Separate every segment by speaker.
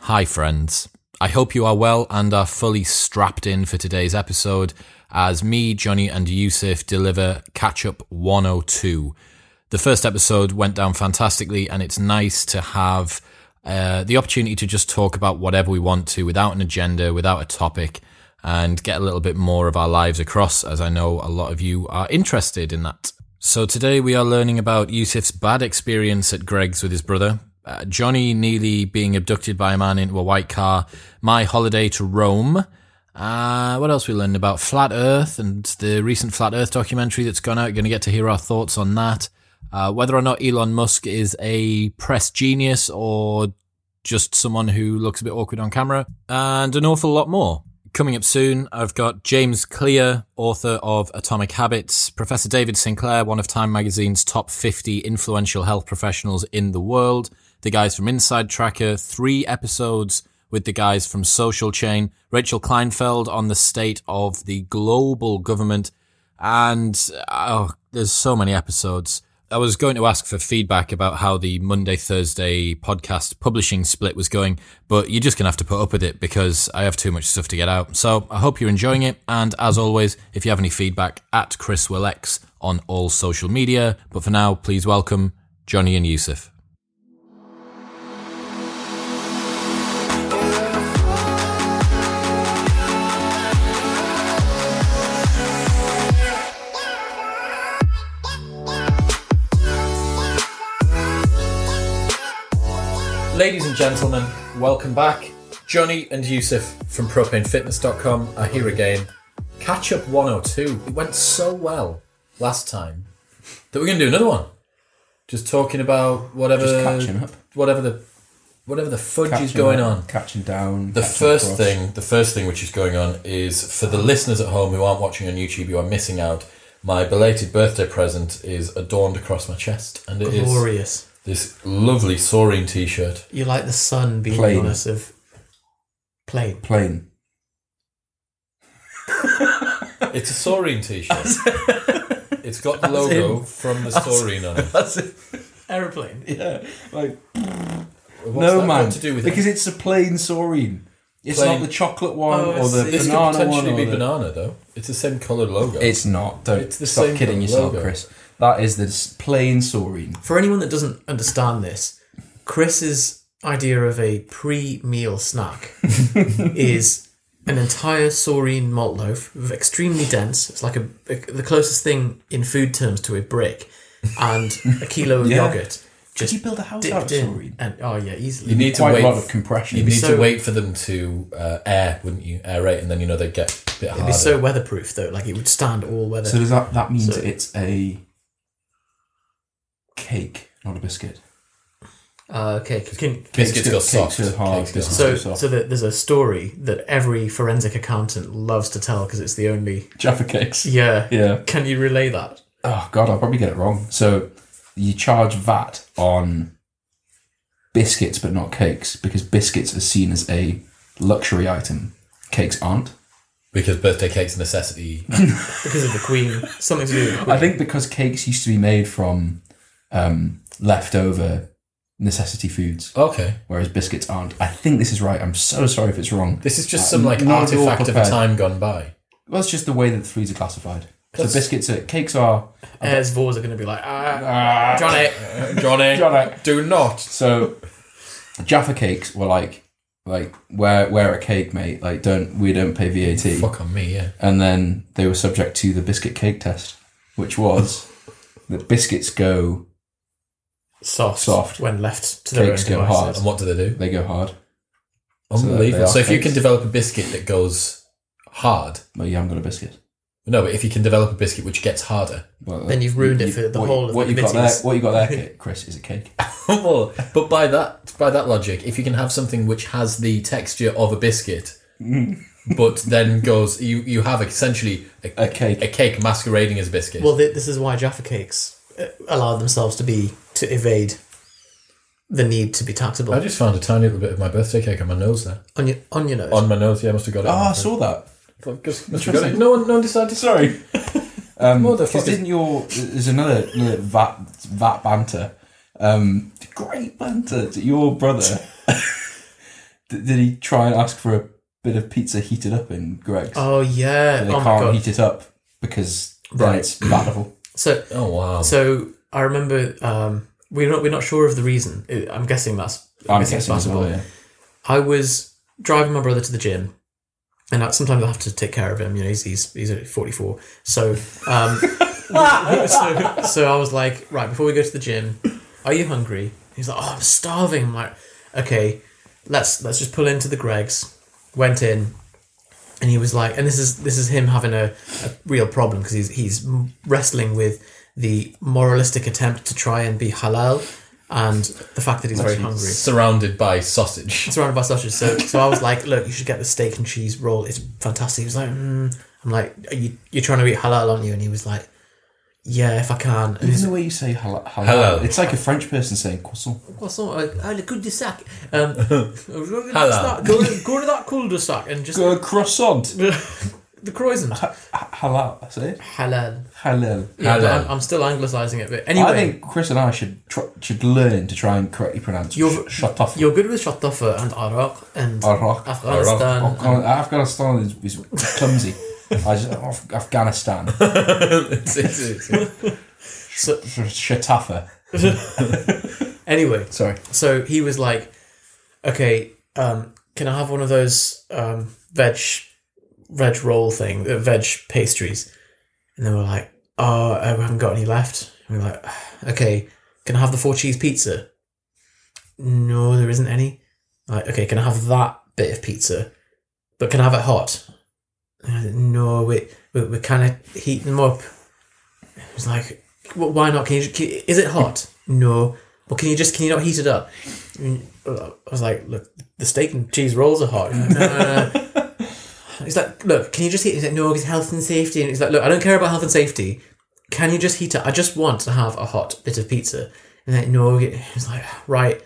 Speaker 1: Hi, friends. I hope you are well and are fully strapped in for today's episode as me, Johnny, and Yusuf deliver Catch Up 102. The first episode went down fantastically, and it's nice to have uh, the opportunity to just talk about whatever we want to without an agenda, without a topic, and get a little bit more of our lives across, as I know a lot of you are interested in that. So today we are learning about Yusuf's bad experience at Greg's with his brother, uh, Johnny Neely being abducted by a man into a white car, my holiday to Rome. Uh, what else we learned about flat Earth and the recent flat Earth documentary that's gone out. Going to get to hear our thoughts on that. Uh, whether or not Elon Musk is a press genius or just someone who looks a bit awkward on camera, and an awful lot more. Coming up soon, I've got James Clear, author of Atomic Habits, Professor David Sinclair, one of Time magazine's top 50 influential health professionals in the world, the guys from Inside Tracker, three episodes with the guys from Social Chain, Rachel Kleinfeld on the state of the global government, and oh, there's so many episodes. I was going to ask for feedback about how the Monday Thursday podcast publishing split was going, but you're just going to have to put up with it because I have too much stuff to get out. So I hope you're enjoying it. And as always, if you have any feedback, at Chris Will X on all social media. But for now, please welcome Johnny and Yusuf. Ladies and gentlemen, welcome back. Johnny and Yusuf from propanefitness.com are here again. Catch up 102. It went so well last time that we're going to do another one. Just talking about whatever
Speaker 2: Just catching up.
Speaker 1: whatever the whatever the fudge is
Speaker 2: Catching
Speaker 1: going
Speaker 2: up,
Speaker 1: on.
Speaker 2: Catching down.
Speaker 1: The
Speaker 2: catching
Speaker 1: first
Speaker 2: across.
Speaker 1: thing, the first thing which is going on is for the listeners at home who aren't watching on YouTube, you are missing out. My belated birthday present is adorned across my chest, and it is
Speaker 3: glorious.
Speaker 1: this lovely Saurine T-shirt.
Speaker 3: You like the sun beating
Speaker 2: Plain.
Speaker 3: on us of plain.
Speaker 2: Plain.
Speaker 1: It's a Saurine T-shirt. it's got the logo from the Saurine on it.
Speaker 2: That's it.
Speaker 3: Aeroplane.
Speaker 2: Yeah. Like
Speaker 1: What's
Speaker 2: no
Speaker 1: that
Speaker 2: man.
Speaker 1: got to do with
Speaker 2: because
Speaker 1: it?
Speaker 2: it's a plain saurine. It's
Speaker 1: Plain.
Speaker 2: not the chocolate one
Speaker 3: Oh, I
Speaker 2: or the
Speaker 3: see.
Speaker 1: This could
Speaker 2: banana one.
Speaker 1: potentially
Speaker 2: or
Speaker 1: be
Speaker 2: the-
Speaker 1: banana though. It's the same coloured logo.
Speaker 2: It's not. Don't
Speaker 1: It's the
Speaker 2: stop
Speaker 1: same
Speaker 2: kidding yourself,
Speaker 1: logo.
Speaker 2: Chris. That is the s- plain saurine.
Speaker 3: For anyone that doesn't understand this, Chris's idea of a pre-meal snack is an entire saurine malt loaf, extremely dense. It's like a, the closest thing in food terms to a brick, and a kilo of
Speaker 2: Yeah.
Speaker 3: yogurt. Just
Speaker 2: you build a house
Speaker 3: dipped
Speaker 2: out of
Speaker 3: in
Speaker 2: saurine?
Speaker 3: And, oh yeah, easily.
Speaker 1: you need to
Speaker 2: Quite
Speaker 1: wait.
Speaker 2: a lot of compression.
Speaker 1: you need
Speaker 3: so-
Speaker 1: to wait for them to uh, air, wouldn't you? Aerate, and then you know they get a bit harder.
Speaker 3: It'd be so weatherproof though, like it would stand all weather.
Speaker 2: so does that that means
Speaker 3: So-
Speaker 2: it's a cake, not a biscuit.
Speaker 3: uh, okay, can,
Speaker 1: Biscuits got
Speaker 2: Cakes go-
Speaker 1: soft.
Speaker 2: cakes go hard,
Speaker 1: Cakes go
Speaker 2: doesn't
Speaker 1: hard.
Speaker 2: it? So-
Speaker 3: So, so that there's a story that every forensic accountant loves to tell because it's the only.
Speaker 2: Jaffa cakes.
Speaker 3: Yeah.
Speaker 2: Yeah.
Speaker 3: Can you relay that?
Speaker 2: Oh god, I'll probably get it wrong. So you charge VAT on biscuits but not cakes because biscuits are seen as a luxury item. Cakes aren't.
Speaker 1: Because birthday cake's a necessity.
Speaker 3: Because of the Queen, something to do with the Queen.
Speaker 2: I think because cakes used to be made from um, leftover necessity foods,
Speaker 1: okay.
Speaker 2: whereas biscuits aren't. I think this is right. I'm so sorry if it's wrong.
Speaker 1: This is just
Speaker 2: Uh,
Speaker 1: some like
Speaker 2: not at all
Speaker 1: artifact of a
Speaker 2: prepared.
Speaker 1: time gone by.
Speaker 2: Well, it's just the way that the foods are classified.
Speaker 1: That's-
Speaker 2: so biscuits are cakes are.
Speaker 3: Heirs Vors are going to be like, ah,
Speaker 2: Ah,
Speaker 3: Johnny.
Speaker 1: Johnny,
Speaker 2: Johnny.
Speaker 1: do not.
Speaker 2: So Jaffa cakes were like like wear wear a cake, mate. Like don't we don't pay VAT.
Speaker 1: Fuck on me, yeah.
Speaker 2: And then they were subject to the biscuit cake test, which was that biscuits go
Speaker 3: Soft.
Speaker 2: Soft.
Speaker 3: When left to their own
Speaker 2: Cakes go
Speaker 3: devices.
Speaker 2: hard.
Speaker 1: And what do they do?
Speaker 2: they go hard. they- they
Speaker 1: Unbelievable.
Speaker 2: are
Speaker 1: So, if you can
Speaker 2: cakes.
Speaker 1: develop a biscuit that goes hard,
Speaker 2: Well, you haven't got a biscuit.
Speaker 1: no, but if you can develop a biscuit which gets harder,
Speaker 2: Well,
Speaker 3: Then you've ruined it for the
Speaker 2: what,
Speaker 3: whole of
Speaker 2: what
Speaker 3: the
Speaker 2: you got there.
Speaker 3: committees.
Speaker 2: What you got there, Ki- Chris, is a cake.
Speaker 1: well, but by that by that logic, if you can have something which has the texture of a biscuit, but then goes, you you have essentially a,
Speaker 2: A cake.
Speaker 1: a cake masquerading as a biscuit.
Speaker 3: Well, th- this is why Jaffa Cakes uh, allow themselves to be, to evade the need to be taxable.
Speaker 1: I just found a tiny little bit of my birthday cake on my nose there.
Speaker 3: on, your, on your nose.
Speaker 1: On my nose, yeah, I must have got it.
Speaker 2: Oh, I saw that.
Speaker 1: Just- must have got it. No one, no one decided. to-
Speaker 2: Sorry. Um,
Speaker 1: Motherfuckers.
Speaker 2: 'cause didn't your there's another, another vat vat banter, um, great banter. That your brother D- did he try and ask for a bit of pizza heated up in Greg's?
Speaker 3: Oh yeah.
Speaker 2: they
Speaker 3: Oh my
Speaker 2: can't
Speaker 3: god.
Speaker 2: heat it up because then
Speaker 3: Right.
Speaker 2: it's bad
Speaker 3: So
Speaker 1: Oh wow.
Speaker 3: so I remember um, we're not we're not sure of the reason. I- I'm guessing that's I'm,
Speaker 2: I'm
Speaker 3: guessing, it's
Speaker 2: guessing as
Speaker 3: possible.
Speaker 2: well, yeah.
Speaker 3: I was driving my brother to the gym, and I, sometimes I have to take care of him. You know, he's he's, he's only 44, so um, so so I was like, right before we go to the gym, are you hungry? He's like, oh, I'm starving. I'm like, okay, let's let's just pull into the Greg's. Went in, and he was like, and this is this is him having a, a real problem because he's he's wrestling with the moralistic attempt to try and be halal and the fact that he's very hungry
Speaker 1: Surrounded by sausage.
Speaker 3: surrounded by sausages. So, so I was like, look, you should get the steak and cheese roll. It's fantastic. He was like, mm. I'm like, Are you, you're trying to eat halal, aren't you? And he was like, yeah, if I can. And he's
Speaker 2: Even the way you say hello, hello,
Speaker 1: Hello.
Speaker 2: it's like a French person saying croissant.
Speaker 3: like, what's not like, oh, could you sack? Um, go, to
Speaker 1: Halal.
Speaker 3: that- go, to- go to that cul-de-sac and just,
Speaker 2: Good croissant.
Speaker 3: the croissant.
Speaker 2: Halal, that's it.
Speaker 3: Halal.
Speaker 2: Halal.
Speaker 3: Yeah, but
Speaker 1: Halal.
Speaker 3: I'm, I'm still anglicising it. But
Speaker 2: I
Speaker 3: anyway,
Speaker 2: think Chris and I should tr- should learn to try and correctly pronounce
Speaker 3: You're-
Speaker 2: sh- shut off.
Speaker 3: you're good with shatafa and Iraq and
Speaker 2: Iraq.
Speaker 3: Afghanistan.
Speaker 2: Afghan- Afghanistan is, is clumsy. I just, Af- Afghanistan.
Speaker 1: It's- it's- it's-
Speaker 2: Sh- sh- Shatafa.
Speaker 3: Anyway,
Speaker 2: Sorry.
Speaker 3: So he was like, "Okay, um, can I have one of those um, veg veg roll thing, uh, veg pastries?" And then we're like, "Oh, uh, we haven't got any left." And we're like, "Okay, can I have the four cheese pizza?" No, there isn't any. Like, okay, can I have that bit of pizza? But can I have it hot? And I said, Uh, no, we we we're kind of heating them up. It was like, well, why not? Can you? Can, is it hot? no. Well, can you just can you not heat it up? And I was like, look, the steak and cheese rolls are hot. He's like, "No, no, no." He's like, look, can you just heat? it? He's like, no, it's health and safety. And he's like, look, I don't care about health and safety. Can you just heat it? I just want to have a hot bit of pizza. And then no, he's like, right,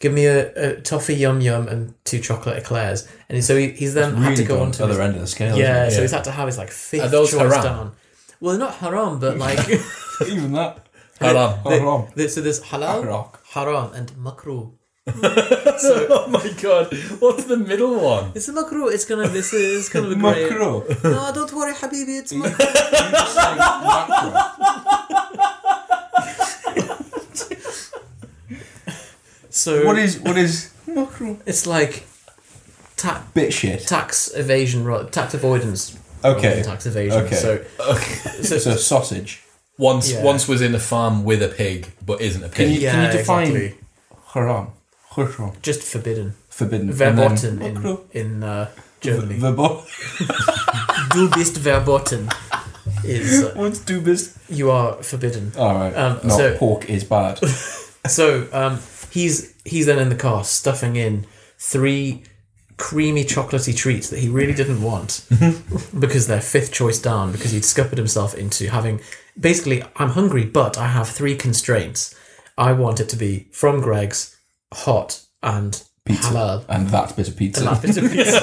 Speaker 3: give me a, a toffee yum yum and two chocolate eclairs. And so he, he's then had
Speaker 2: Really
Speaker 3: to go
Speaker 2: gone
Speaker 3: on to
Speaker 2: other
Speaker 3: his-
Speaker 2: end of the scale.
Speaker 3: yeah, so
Speaker 1: Yeah.
Speaker 3: he's had to have his like fifth
Speaker 1: Are those
Speaker 3: choice
Speaker 1: haram?
Speaker 3: down. Well, they're not haram, but like
Speaker 2: isn't it? Even that.
Speaker 1: Haram.
Speaker 2: Haram.
Speaker 3: there- so there's halal,
Speaker 2: Haram.
Speaker 3: haram, and makruh.
Speaker 1: oh my god. What's the middle one?
Speaker 3: It's a makruh. It's kind of this is kind of a grey.
Speaker 2: Macro.
Speaker 3: No, don't worry, habibi. It's makruh. So
Speaker 2: What is what is macro?
Speaker 3: it's like ta-
Speaker 2: Bit shit.
Speaker 3: tax evasion, ra- tax avoidance. rather than
Speaker 2: Okay.
Speaker 3: tax evasion.
Speaker 2: Okay.
Speaker 3: So, so,
Speaker 2: So sausage.
Speaker 1: Once
Speaker 3: Yeah.
Speaker 1: once was in a farm with a pig, but isn't a
Speaker 2: Can you,
Speaker 1: pig.
Speaker 3: Yeah,
Speaker 2: can you define
Speaker 3: exactly.
Speaker 2: haram? Haram.
Speaker 3: just forbidden,
Speaker 2: Forbidden.
Speaker 3: verboten
Speaker 2: And then-
Speaker 3: in in uh, Germany.
Speaker 2: Verbo-
Speaker 3: Du bist verboten is uh,
Speaker 2: What's dubis?
Speaker 3: you are forbidden.
Speaker 2: All right.
Speaker 3: Um,
Speaker 2: no,
Speaker 3: so-
Speaker 2: pork is bad.
Speaker 3: So um, he's he's then in the car stuffing in three creamy chocolatey treats that he really didn't want because they're fifth choice down because he'd scuppered himself into having basically I'm hungry but I have three constraints. I want it to be from Greg's, hot and halal.
Speaker 2: and that bit of pizza.
Speaker 3: Last bit of pizza.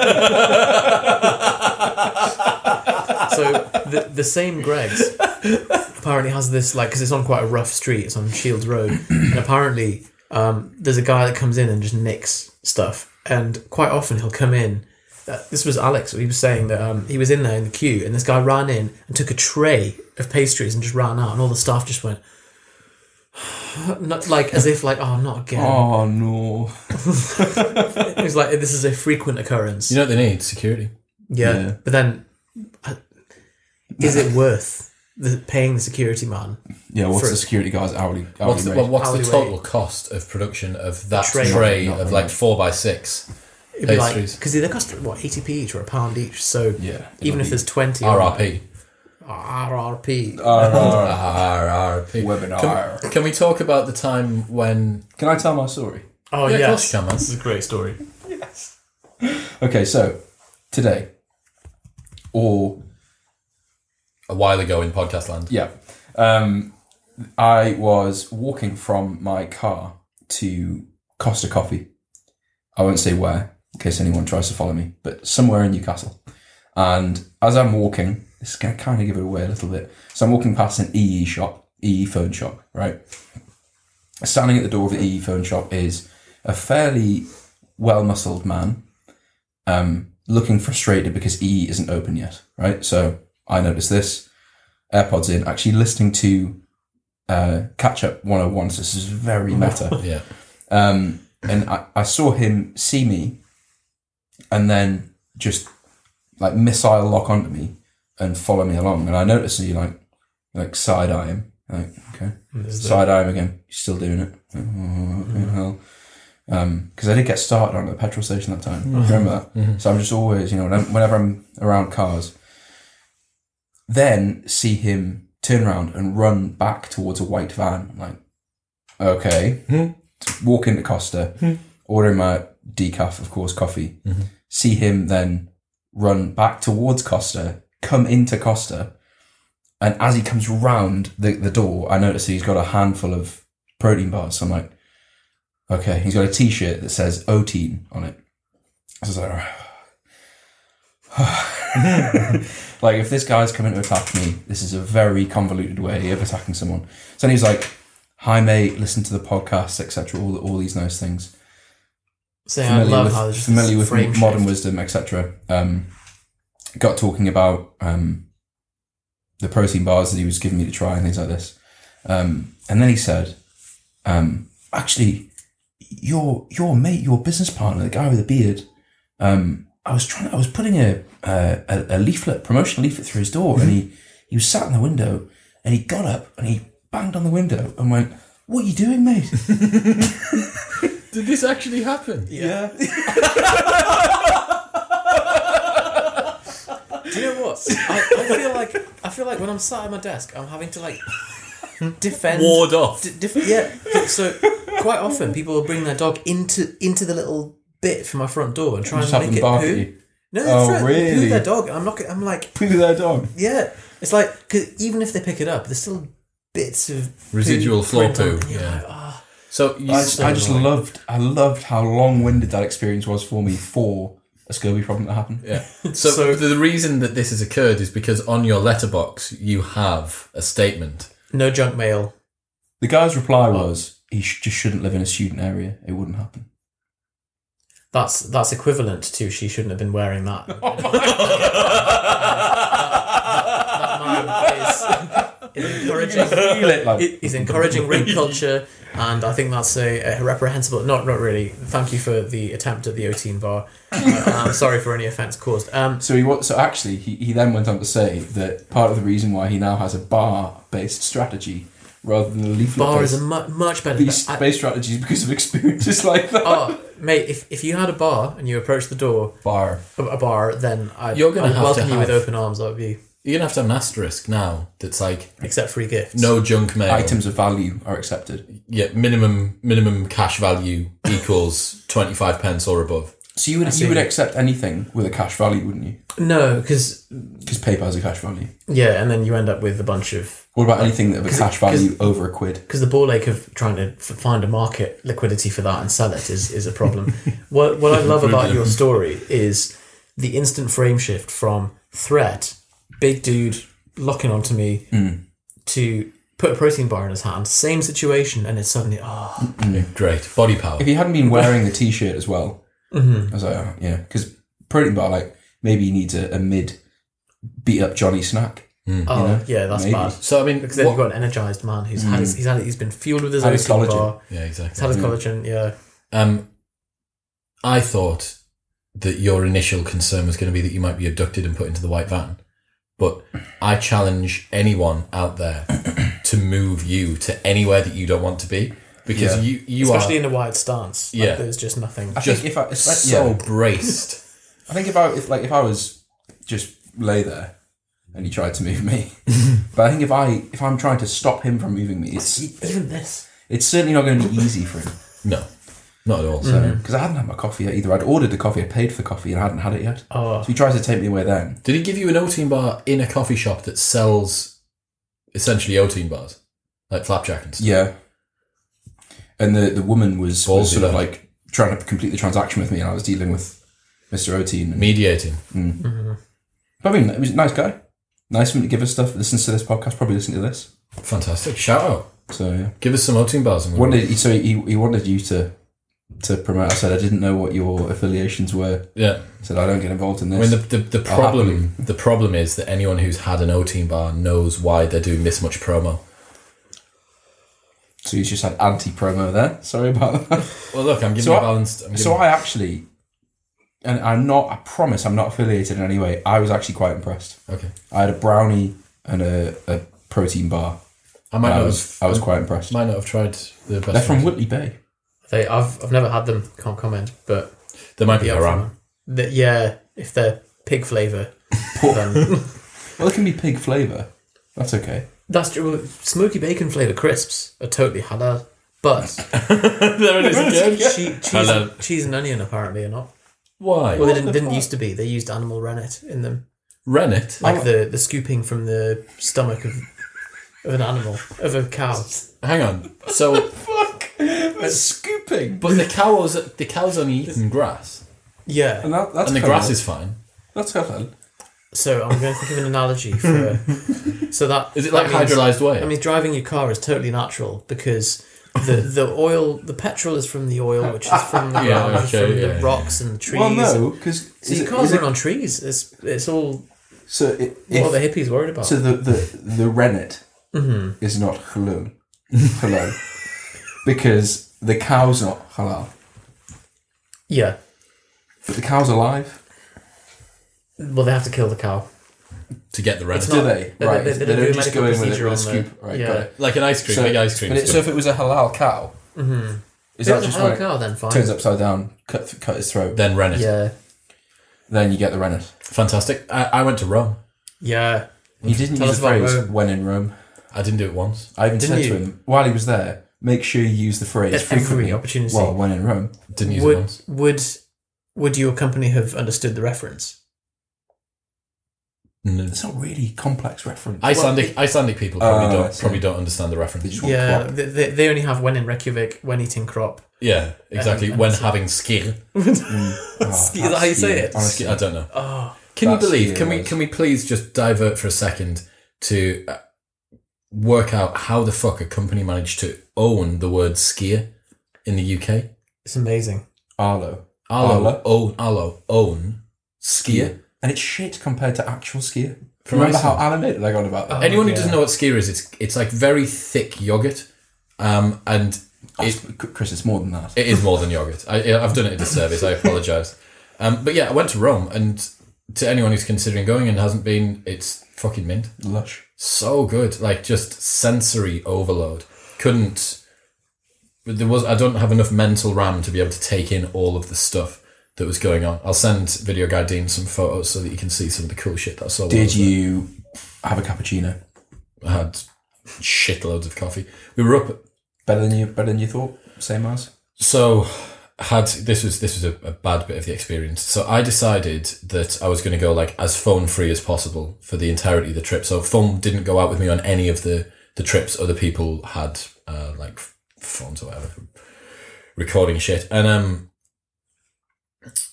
Speaker 3: so the the same Greg's apparently has this like because it's on quite a rough street. It's on Shields Road, and apparently um, there's a guy that comes in and just nicks stuff. And quite often he'll come in. Uh, this was Alex. He was saying that um, he was in there in the queue, and this guy ran in and took a tray of pastries and just ran out, and all the staff just went. Not like as if like oh not again.
Speaker 2: Oh no.
Speaker 3: It was like this is a frequent occurrence.
Speaker 1: You know what they need? Security.
Speaker 3: Yeah,
Speaker 2: Yeah.
Speaker 3: but then uh, is it worth the, paying the security man?
Speaker 2: Yeah, what's
Speaker 3: For-
Speaker 2: the security guard's hourly, hourly
Speaker 1: What's the,
Speaker 2: rate?
Speaker 1: well, what's the
Speaker 3: Alleyway.
Speaker 1: total cost of production of that
Speaker 3: Tray.
Speaker 1: tray,
Speaker 2: Not
Speaker 1: of
Speaker 2: really.
Speaker 1: like four by six?
Speaker 3: It'd be like
Speaker 1: Pastries.
Speaker 3: because they cost what eighty p each or a pound each. So
Speaker 2: yeah.
Speaker 3: even if
Speaker 2: it'll
Speaker 3: there's twenty
Speaker 1: RRP.
Speaker 3: RRP,
Speaker 1: RRP.
Speaker 2: Webinar.
Speaker 1: Can, can we talk about the time when?
Speaker 2: be- Can I tell my story?
Speaker 3: oh
Speaker 1: Yeah, of
Speaker 3: yes,
Speaker 1: course you can, man.
Speaker 3: this is a great story.
Speaker 2: Okay, so today, or
Speaker 1: A while ago in podcast land.
Speaker 2: yeah, um, I was walking from my car to Costa Coffee. I won't say where in case anyone tries to follow me, but somewhere in Newcastle. And as I'm walking, this is going to kind of give it away a little bit. So I'm walking past an EE shop, EE phone shop, E right? Standing at the door of the EE phone shop is a fairly well muscled man, um, looking frustrated because E isn't open yet, right? So I noticed this. AirPods in, actually listening to uh, Catch Up 101. So this is very meta.
Speaker 1: Yeah.
Speaker 2: Um, and I, I saw him see me and then just like missile lock onto me and follow me along. And I noticed he like, like side eye him. Like, okay.
Speaker 3: There's the-
Speaker 2: Side eye him again. You're still doing it. Like, oh, what the hell. Because I did get started on at the petrol station that time. Remember that? So I'm just always, you know, when I'm- whenever I'm around cars, then see him turn around and run back towards a white van. I'm like, okay. Walk into Costa, order my decaf, of course, coffee. See him then run back towards Costa, come into Costa, and as he comes round the, the door, I notice he's got a handful of protein bars. So I'm like, okay, he's got a t shirt that says Oteen on it. So I was like, like, if this guy's coming to attack me, this is a very convoluted way of attacking someone. So then he's like, hi, mate, listen to the podcast, etc., all, all these nice things
Speaker 3: Say, I
Speaker 2: familiar
Speaker 3: love
Speaker 2: with,
Speaker 3: how there's
Speaker 2: familiar with
Speaker 3: frame
Speaker 2: modern
Speaker 3: shift.
Speaker 2: wisdom, etc. Um, got talking about um, the protein bars that he was giving me to try and things like this. Um, and then he said, um, "Actually, your your mate, your business partner, the guy with the beard. Um, I was trying. I was putting a a, a- a leaflet, promotional leaflet, through his door, and he he was sat in the window, and he got up and he banged on the window and went." What are you doing, mate?
Speaker 1: Did this actually happen?
Speaker 2: Yeah.
Speaker 3: Do you know what? I, I feel like I feel like when I'm sat at my desk, I'm having to like defend.
Speaker 1: Ward off.
Speaker 3: D- diff- yeah. So quite often people will bring their dog into into the little bit from my front door and try
Speaker 2: Just
Speaker 3: and
Speaker 2: have
Speaker 3: make
Speaker 2: them
Speaker 3: it
Speaker 2: bark
Speaker 3: poo.
Speaker 2: at you.
Speaker 3: No,
Speaker 2: Oh,
Speaker 3: that's right. They poo
Speaker 2: really?
Speaker 3: their dog. I'm not. I'm like,
Speaker 2: Poo their dog.
Speaker 3: yeah. It's like cause even if they pick it up, there's still bits of poo
Speaker 1: Residual floor
Speaker 3: print on-
Speaker 1: poo,
Speaker 3: you're
Speaker 1: yeah.
Speaker 3: like, "Ah."
Speaker 1: So you
Speaker 2: I just, I just loved I loved how long winded that experience was for me for a Scurvy problem that happened.
Speaker 1: Yeah. So,
Speaker 3: So-
Speaker 1: the reason that this has occurred is because on your letterbox you have a statement.
Speaker 3: No junk mail.
Speaker 2: The guy's reply was he sh- just shouldn't live in a student area. It wouldn't happen.
Speaker 3: That's that's equivalent to she shouldn't have been wearing that. that, that man is encouraging.
Speaker 2: Feel it, like-
Speaker 3: It is encouraging rape culture, and I think that's a, a reprehensible. Not not really. Thank you for the attempt at the Oteen bar. Uh, I'm sorry for any offence caused. Um,
Speaker 2: so he wa- so actually he, he then went on to say that part of the reason why he now has a bar based strategy rather than a leaflet
Speaker 3: bar is a
Speaker 2: based,
Speaker 3: mu- much better.
Speaker 2: based,
Speaker 3: I-
Speaker 2: based strategy is because of experiences like that.
Speaker 3: oh, mate, if, if you had a bar and you approached the door
Speaker 2: bar.
Speaker 3: of a bar, then I'd,
Speaker 1: You're gonna
Speaker 3: I'd
Speaker 1: have to
Speaker 3: welcome you with
Speaker 1: have-
Speaker 3: open arms. I'd be
Speaker 1: You're gonna have to have an asterisk now that's like
Speaker 3: accept free gifts.
Speaker 1: no junk mail.
Speaker 2: Items of value are accepted.
Speaker 1: Yeah, minimum minimum cash value equals twenty five pence or above.
Speaker 2: So you would you would accept anything with a cash value, wouldn't you?
Speaker 3: no, because
Speaker 2: Because paper has a cash value.
Speaker 3: Yeah, and then you end up with a bunch of
Speaker 2: What about anything that have a cash
Speaker 3: 'cause-
Speaker 2: value over a quid?
Speaker 3: because the ball ache of trying to f- find a market liquidity for that and sell it is, is a problem. what what I love about your story is the instant frame shift from threat, big dude locking onto me,
Speaker 2: Mm.
Speaker 3: to put a protein bar in his hand, same situation, and it's suddenly oh
Speaker 1: Great body power.
Speaker 2: If he hadn't been wearing the t-shirt as well, I was like, oh, yeah, because protein bar, like maybe he needs a, a mid beat up Johnny snack.
Speaker 3: oh
Speaker 2: know,
Speaker 3: yeah that's
Speaker 2: maybe. Mm.
Speaker 3: bad.
Speaker 1: So I mean,
Speaker 3: Because then
Speaker 1: what-
Speaker 3: you've got an energized man who's had his, he's had he's been fueled with his
Speaker 2: Had his
Speaker 3: protein
Speaker 2: collagen.
Speaker 3: bar,
Speaker 1: yeah,
Speaker 3: he's
Speaker 1: exactly.
Speaker 3: had his collagen, yeah.
Speaker 1: Um, I thought that your initial concern was going to be that you might be abducted and put into the white van, but I challenge anyone out there to move you to anywhere that you don't want to be because
Speaker 2: Yeah.
Speaker 1: you you
Speaker 3: Especially
Speaker 1: are
Speaker 3: in a wide stance, like,
Speaker 1: Yeah.
Speaker 3: there's just nothing.
Speaker 2: I
Speaker 1: Just
Speaker 2: think if I, if I-
Speaker 1: so
Speaker 2: yeah,
Speaker 1: braced.
Speaker 2: I think if I if like if I was just lay there and he tried to move me, but I think if I if I'm trying to stop him from moving me, it's
Speaker 3: Even this.
Speaker 2: it's certainly not going to be easy for him.
Speaker 1: No, not at all.
Speaker 3: Mm-hmm.
Speaker 2: Because I hadn't had my coffee yet either. I'd ordered the coffee, I paid for the coffee, and I hadn't had it yet.
Speaker 3: Oh.
Speaker 2: So he tries to take me away then.
Speaker 1: Did he give you an Oteen bar in a coffee shop that sells essentially Oteen bars, like flapjack and stuff?
Speaker 2: Yeah. And the, the woman was, was
Speaker 1: Ballsy,
Speaker 2: sort of
Speaker 1: though.
Speaker 2: like trying to complete the transaction with me, and I was dealing with Mr. Oteen. And,
Speaker 1: Mediating.
Speaker 2: but I mean, it was a nice guy. Nice of him to give us stuff. Listens to this podcast, probably listen to this.
Speaker 1: Fantastic. Shout out.
Speaker 2: So yeah.
Speaker 1: Give us some Oteen bars. And we'll-
Speaker 2: Wanted, so he, he wanted you to to promote. I said I didn't know what your affiliations were.
Speaker 1: Yeah.
Speaker 2: I said I don't get involved in this.
Speaker 1: I mean, the, the, the
Speaker 2: I'll
Speaker 1: problem the problem is that anyone who's had an O Team bar knows why they're doing this much promo.
Speaker 2: so he's just had anti promo there. Sorry about that.
Speaker 1: Well, look, I'm giving
Speaker 2: So
Speaker 1: you a
Speaker 2: I-
Speaker 1: balanced. I'm giving,
Speaker 2: So I actually, and I'm not. I promise, I'm not affiliated in any way. I was actually quite impressed.
Speaker 1: okay.
Speaker 2: I had a brownie and a, a protein bar.
Speaker 1: I might
Speaker 2: I
Speaker 1: not
Speaker 2: was
Speaker 1: have
Speaker 2: I was quite impressed.
Speaker 1: might not have tried the best.
Speaker 2: They're from
Speaker 1: ones.
Speaker 2: Whitley Bay.
Speaker 3: They, I've, I've never had them. Can't comment, but
Speaker 1: There might be
Speaker 3: yeah,
Speaker 1: haram.
Speaker 3: the, yeah, if they're pig flavour,
Speaker 2: Well,
Speaker 3: then
Speaker 2: it can be pig flavour. That's okay.
Speaker 3: that's true. Well, Smoky bacon flavour crisps are totally halal, but
Speaker 1: there it is again.
Speaker 3: che- cheese,
Speaker 1: Halal.
Speaker 3: cheese and onion apparently are not.
Speaker 1: Why?
Speaker 3: Well, they didn't, didn't used to be. They used animal rennet in them,
Speaker 1: Rennet.
Speaker 3: like the the scooping from the stomach of of an animal of a cow.
Speaker 1: Hang on. So,
Speaker 2: Fuck! That's scooping.
Speaker 1: but the cows the cows only eating grass,
Speaker 3: Yeah.
Speaker 2: And that, that's
Speaker 1: and the
Speaker 2: halal.
Speaker 1: grass is fine.
Speaker 2: that's halal.
Speaker 3: So I'm going to think of an analogy for. So that
Speaker 1: Is it like
Speaker 3: that means-
Speaker 1: hydrolyzed whey?
Speaker 3: I mean, driving your car is totally natural because the the oil, the petrol is from the oil, which is from the
Speaker 1: Yeah,
Speaker 3: ground,
Speaker 1: okay,
Speaker 3: from
Speaker 1: yeah,
Speaker 3: the
Speaker 1: yeah.
Speaker 3: rocks and the trees.
Speaker 2: Well, no, because
Speaker 3: So you can't run on trees. It's it's all
Speaker 2: So it,
Speaker 3: what
Speaker 2: if,
Speaker 3: the hippies worried about.
Speaker 2: so the the the rennet
Speaker 3: Mm-hmm.
Speaker 2: is not halal, halal, because the cow's not halal,
Speaker 3: yeah.
Speaker 2: but the cow's alive.
Speaker 3: Well, they have to kill the cow.
Speaker 1: To get the rennet,
Speaker 3: not-
Speaker 2: Do they?
Speaker 3: they-
Speaker 2: right,
Speaker 3: they- they don't do a
Speaker 2: just
Speaker 3: medical
Speaker 2: go in with a,
Speaker 3: procedure
Speaker 2: with a
Speaker 3: on the-
Speaker 2: scoop. Right,
Speaker 3: yeah.
Speaker 2: got it.
Speaker 1: like an ice cream,
Speaker 2: So,
Speaker 1: big ice cream.
Speaker 2: but it, so
Speaker 1: scoop.
Speaker 2: if it was a halal cow,
Speaker 3: Mm-hmm.
Speaker 2: is
Speaker 3: If
Speaker 2: that
Speaker 3: it's
Speaker 2: just
Speaker 3: a halal
Speaker 2: when it
Speaker 3: cow, then fine.
Speaker 2: turns upside down, cut th- cut his throat,
Speaker 1: then rennet.
Speaker 3: Yeah,
Speaker 2: then you get the rennet?
Speaker 1: Fantastic. I, I went to Rome.
Speaker 3: yeah.
Speaker 2: You didn't
Speaker 3: Tell
Speaker 2: use
Speaker 3: us
Speaker 2: the
Speaker 3: about
Speaker 2: phrase
Speaker 3: Rome.
Speaker 2: "when in Rome."
Speaker 1: I didn't do it once.
Speaker 2: I even
Speaker 3: Didn't
Speaker 2: said
Speaker 3: you?
Speaker 2: to him while he was there, make sure you use the phrase
Speaker 3: At every
Speaker 2: frequently.
Speaker 3: opportunity.
Speaker 2: Well, when in Rome,
Speaker 1: Didn't use it
Speaker 3: Would
Speaker 1: once.
Speaker 3: would would your company have understood the reference?
Speaker 1: No.
Speaker 2: it's not really complex reference.
Speaker 1: Mm. Icelandic Icelandic people probably
Speaker 2: Oh, I
Speaker 1: don't
Speaker 2: see.
Speaker 1: probably don't understand the
Speaker 2: They
Speaker 1: reference.
Speaker 2: just want
Speaker 3: Yeah,
Speaker 2: crop.
Speaker 3: they, they, they only have when in Reykjavik, when eating crop.
Speaker 1: Yeah, exactly.
Speaker 3: and
Speaker 1: when
Speaker 3: so-
Speaker 1: having skir,
Speaker 2: Oh,
Speaker 3: Ski- is that how you say
Speaker 2: yeah,
Speaker 3: it?
Speaker 2: honestly.
Speaker 1: I don't know.
Speaker 3: Oh,
Speaker 1: Can you
Speaker 2: That's
Speaker 1: believe? Can we
Speaker 2: serious.
Speaker 1: can we please just divert for a second to uh, work out how the fuck a company managed to own the word skier in the UK?
Speaker 3: it's amazing.
Speaker 2: Arlo.
Speaker 1: Arlo
Speaker 2: Arlo.
Speaker 1: own Arlo own skier.
Speaker 2: And it's shit compared to actual skier.
Speaker 1: From
Speaker 2: Remember
Speaker 1: Iceland.
Speaker 2: how animated I got about that?
Speaker 1: Anyone who
Speaker 3: yeah.
Speaker 1: doesn't know what skier is, it's it's like very thick yogurt, um, and it,
Speaker 2: Oh, It's- Chris, it's more than that.
Speaker 1: It is more than yogurt. I, I've done it a disservice. I apologise. Um, but yeah, I went to Rome, and to anyone who's considering going and hasn't been, it's fucking mint.
Speaker 2: Lush.
Speaker 1: So good, like just sensory overload. Couldn't. but There was. I don't have enough mental RAM to be able to take in all of the stuff that was going on. I'll send video guy Dean some photos so that you can see some of the cool shit that I saw. while I
Speaker 2: Did
Speaker 1: was there.
Speaker 2: you have a cappuccino?
Speaker 1: I had shitloads of coffee. We were up
Speaker 2: Better than you. Better than you thought. Same as.
Speaker 1: so had this was this was a, a bad bit of the experience so i decided that i was going to go like as phone free as possible for the entirety of the trip so phone didn't go out with me on any of the the trips other people had uh, like f- phones or whatever recording shit and um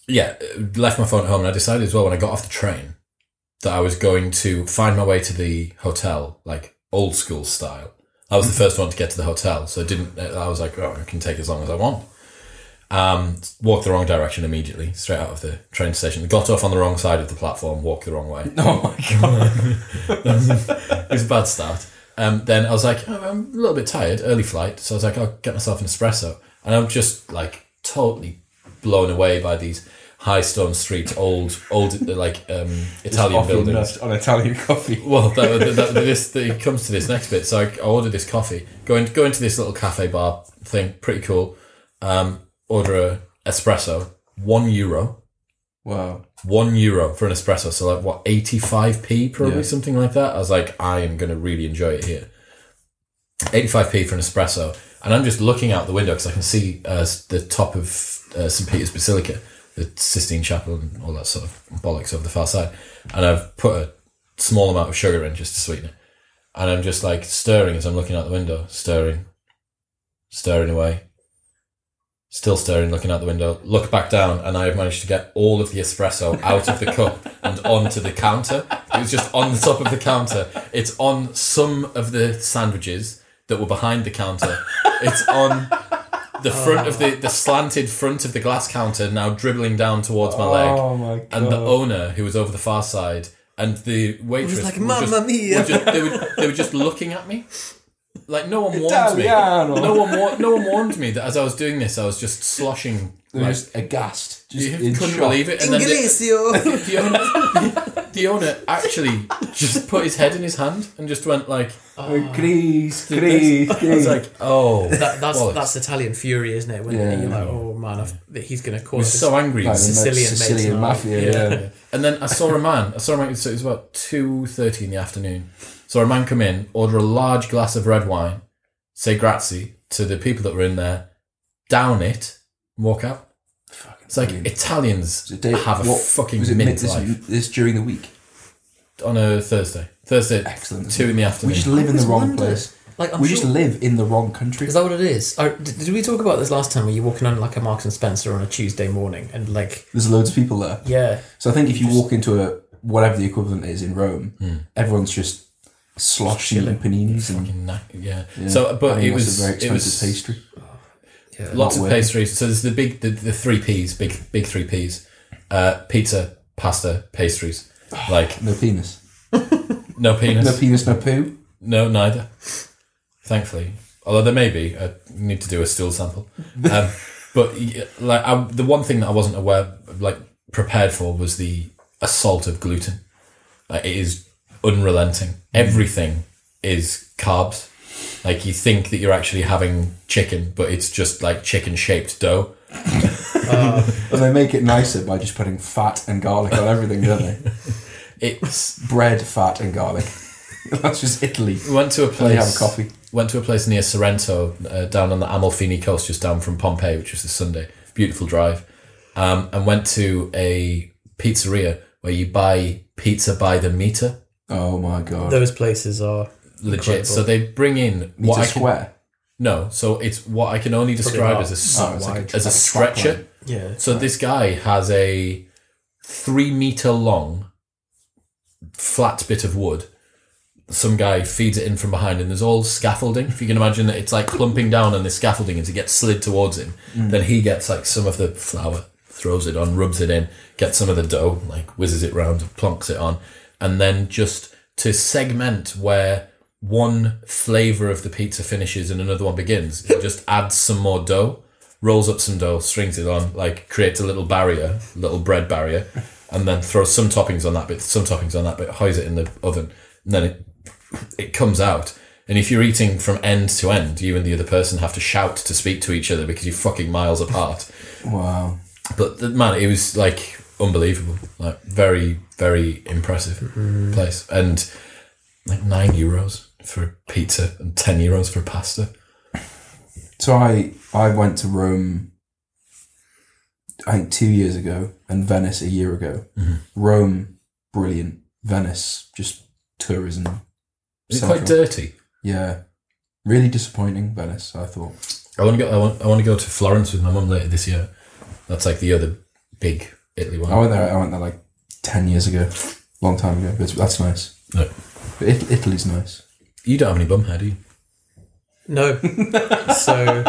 Speaker 1: yeah left my phone at home and i decided as well when i got off the train that i was going to find my way to the hotel like old school style i was the first one to get to the hotel so it didn't i was like oh i can take as long as i want um, walked the wrong direction immediately, straight out of the train station. Got off on the wrong side of the platform, walked the wrong way.
Speaker 2: Oh my god.
Speaker 1: It was a bad start. Um, then I was like, oh, I'm a little bit tired, early flight. So I was like, I'll get myself an espresso. And I'm just like totally blown away by these high stone streets, old, old, like um, Italian
Speaker 2: Off your
Speaker 1: buildings.
Speaker 2: nut on Italian coffee.
Speaker 1: Well, that, that, that, this it comes to this next bit. So I, I ordered this coffee. Go in, go into this little cafe bar thing. Pretty cool. Um, order a espresso. One euro.
Speaker 2: Wow.
Speaker 1: One euro for an espresso. So like what eighty five p probably
Speaker 2: Yeah.
Speaker 1: something like that. I was like, I am going to really enjoy it here. Eighty five p for an espresso, and I'm just looking out the window because I can see uh, s- the top of uh, St Peter's Basilica, the Sistine Chapel, and all that sort of bollocks over the far side. And I've put a small amount of sugar in just to sweeten it. And I'm just like stirring as I'm looking out the window, stirring, stirring away, still stirring, looking out the window. Look back down, and I have managed to get all of the espresso out of the cup and onto the counter. It was just on the top of the counter. It's on some of the sandwiches that were behind the counter. It's on the front of the the slanted front of the glass counter now dribbling down towards my leg.
Speaker 2: Oh my god!
Speaker 1: and the owner who was over the far side and the waitress
Speaker 3: like,
Speaker 1: were just-
Speaker 3: "Mamma mia."
Speaker 1: were just- they, were, they were just looking at me like no one warned me
Speaker 2: Italiano.
Speaker 1: no one wa- no one warned me that as I was doing this I was just sloshing
Speaker 2: They're
Speaker 1: like,
Speaker 2: just aghast. Just
Speaker 1: you
Speaker 2: in
Speaker 1: couldn't
Speaker 2: shock.
Speaker 1: believe it and then the,
Speaker 3: Inglesio.
Speaker 1: the owner the owner actually just put his head in his hand and just went like
Speaker 2: Oh, Greece,
Speaker 1: did
Speaker 2: Greece,
Speaker 1: this. I
Speaker 2: Greece.
Speaker 1: was like oh
Speaker 3: That, that's
Speaker 1: bollocks.
Speaker 3: that's Italian fury, isn't it? When
Speaker 2: Yeah.
Speaker 3: you're like, oh man, I've, he's going to
Speaker 1: I was
Speaker 3: cause
Speaker 1: so angry
Speaker 2: Like the
Speaker 3: Sicilian mates
Speaker 2: Sicilian
Speaker 3: now.
Speaker 2: mafia. Yeah.
Speaker 1: And then I saw a man. I saw a man. So it was about two thirty in the afternoon. Saw a man come in, order a large glass of red wine, say grazie to the people that were in there, down it, and walk out. It's like
Speaker 2: brilliant.
Speaker 1: Italians
Speaker 2: Was it day-
Speaker 1: have a
Speaker 2: Mm. what-
Speaker 1: fucking
Speaker 2: was it mid-
Speaker 1: mint
Speaker 2: this,
Speaker 1: life
Speaker 2: this during the week.
Speaker 1: on a Thursday. Thursday,
Speaker 2: Excellent.
Speaker 1: two in the
Speaker 2: We
Speaker 1: afternoon.
Speaker 2: just live in the
Speaker 3: always
Speaker 2: wrong
Speaker 3: wondered.
Speaker 2: place.
Speaker 3: Like, I'm
Speaker 2: we
Speaker 3: sure-
Speaker 2: just live in the wrong country.
Speaker 3: Is that what it is? Or, did, Oh, did we talk about this last time? Were you walking on like a Marks and Spencer on a Tuesday morning and like,
Speaker 2: There's loads of people there.
Speaker 3: yeah,
Speaker 2: So I think if you walk into a whatever the equivalent is in Rome, everyone's just sloshing and paninis and
Speaker 1: Hmm. Fucking na- yeah.
Speaker 2: yeah,
Speaker 1: So, but
Speaker 2: having
Speaker 1: it
Speaker 2: lots of
Speaker 1: was
Speaker 2: very
Speaker 1: it
Speaker 2: expensive
Speaker 1: was
Speaker 2: pastry.
Speaker 3: yeah,
Speaker 1: lots of
Speaker 2: worth it.
Speaker 1: pastries. So there's the big the, the three P's, big big three P's, uh, pizza, pasta, pastries. Like
Speaker 2: No penis.
Speaker 1: no penis.
Speaker 2: No penis. No poo.
Speaker 1: No, neither. Thankfully, although there may be, I need to do a stool sample. Um, but yeah, like I, the one thing that I wasn't aware, like prepared for, was the assault of gluten. Like it is unrelenting.
Speaker 2: Mm.
Speaker 1: Everything is carbs. Like you think that you're actually having chicken, but it's just like chicken shaped dough.
Speaker 2: And they make it nicer by just putting fat and garlic on everything, don't they?
Speaker 1: It's
Speaker 2: Bread, fat, and garlic. That's just Italy.
Speaker 1: we went to a
Speaker 2: They have
Speaker 1: place.
Speaker 2: coffee.
Speaker 1: Went to a place near Sorrento, uh, down on the Amalfini coast, just down from Pompeii, which was a Sunday. Beautiful drive. Um, and went to a pizzeria where you buy pizza by the meter.
Speaker 2: Oh my god.
Speaker 3: those places are
Speaker 1: Legit.
Speaker 3: Incredible.
Speaker 1: So they bring in
Speaker 2: Meter
Speaker 1: what I can,
Speaker 2: square.
Speaker 1: no. So it's what I can only describe
Speaker 3: not.
Speaker 1: as a s-
Speaker 2: Oh, it's like a-
Speaker 1: as a
Speaker 2: like a strap
Speaker 1: stretcher.
Speaker 2: line.
Speaker 3: yeah.
Speaker 1: So this guy has a three meter long flat bit of wood. Some guy feeds it in from behind, and there's all scaffolding. If you can imagine that it's like clumping down on the scaffolding as it gets slid towards him, then he gets like some of the flour, throws it on, rubs it in, gets some of the dough, like whizzes it round, plonks it on, and then just to segment where one flavor of the pizza finishes and another one begins, it just adds some more dough rolls up some dough, strings it on, like creates a little barrier, little bread barrier, and then throws some toppings on that bit, some toppings on that bit, hides it in the oven, and then it it comes out. And if you're eating from end to end, you and the other person have to shout to speak to each other because you're fucking miles apart.
Speaker 2: Wow.
Speaker 1: But the, man, it was like unbelievable, like very, very impressive place, and like nine euros for pizza and ten euros for pasta.
Speaker 2: So I I went to Rome. I think two years ago, and Venice a year ago.
Speaker 1: Mm-hmm.
Speaker 2: Rome, brilliant. Venice, just tourism.
Speaker 1: Is it
Speaker 2: Central.
Speaker 1: quite dirty?
Speaker 2: Yeah, really disappointing. Venice, I thought.
Speaker 1: I want to go. I want. I want to go to Florence with my mum later this year. That's like the other big Italy one.
Speaker 2: I went there. I went there like ten years ago, long time ago. But that's nice.
Speaker 1: No.
Speaker 2: But it, Italy's nice.
Speaker 1: You don't have any bum hair, do you?
Speaker 3: No. so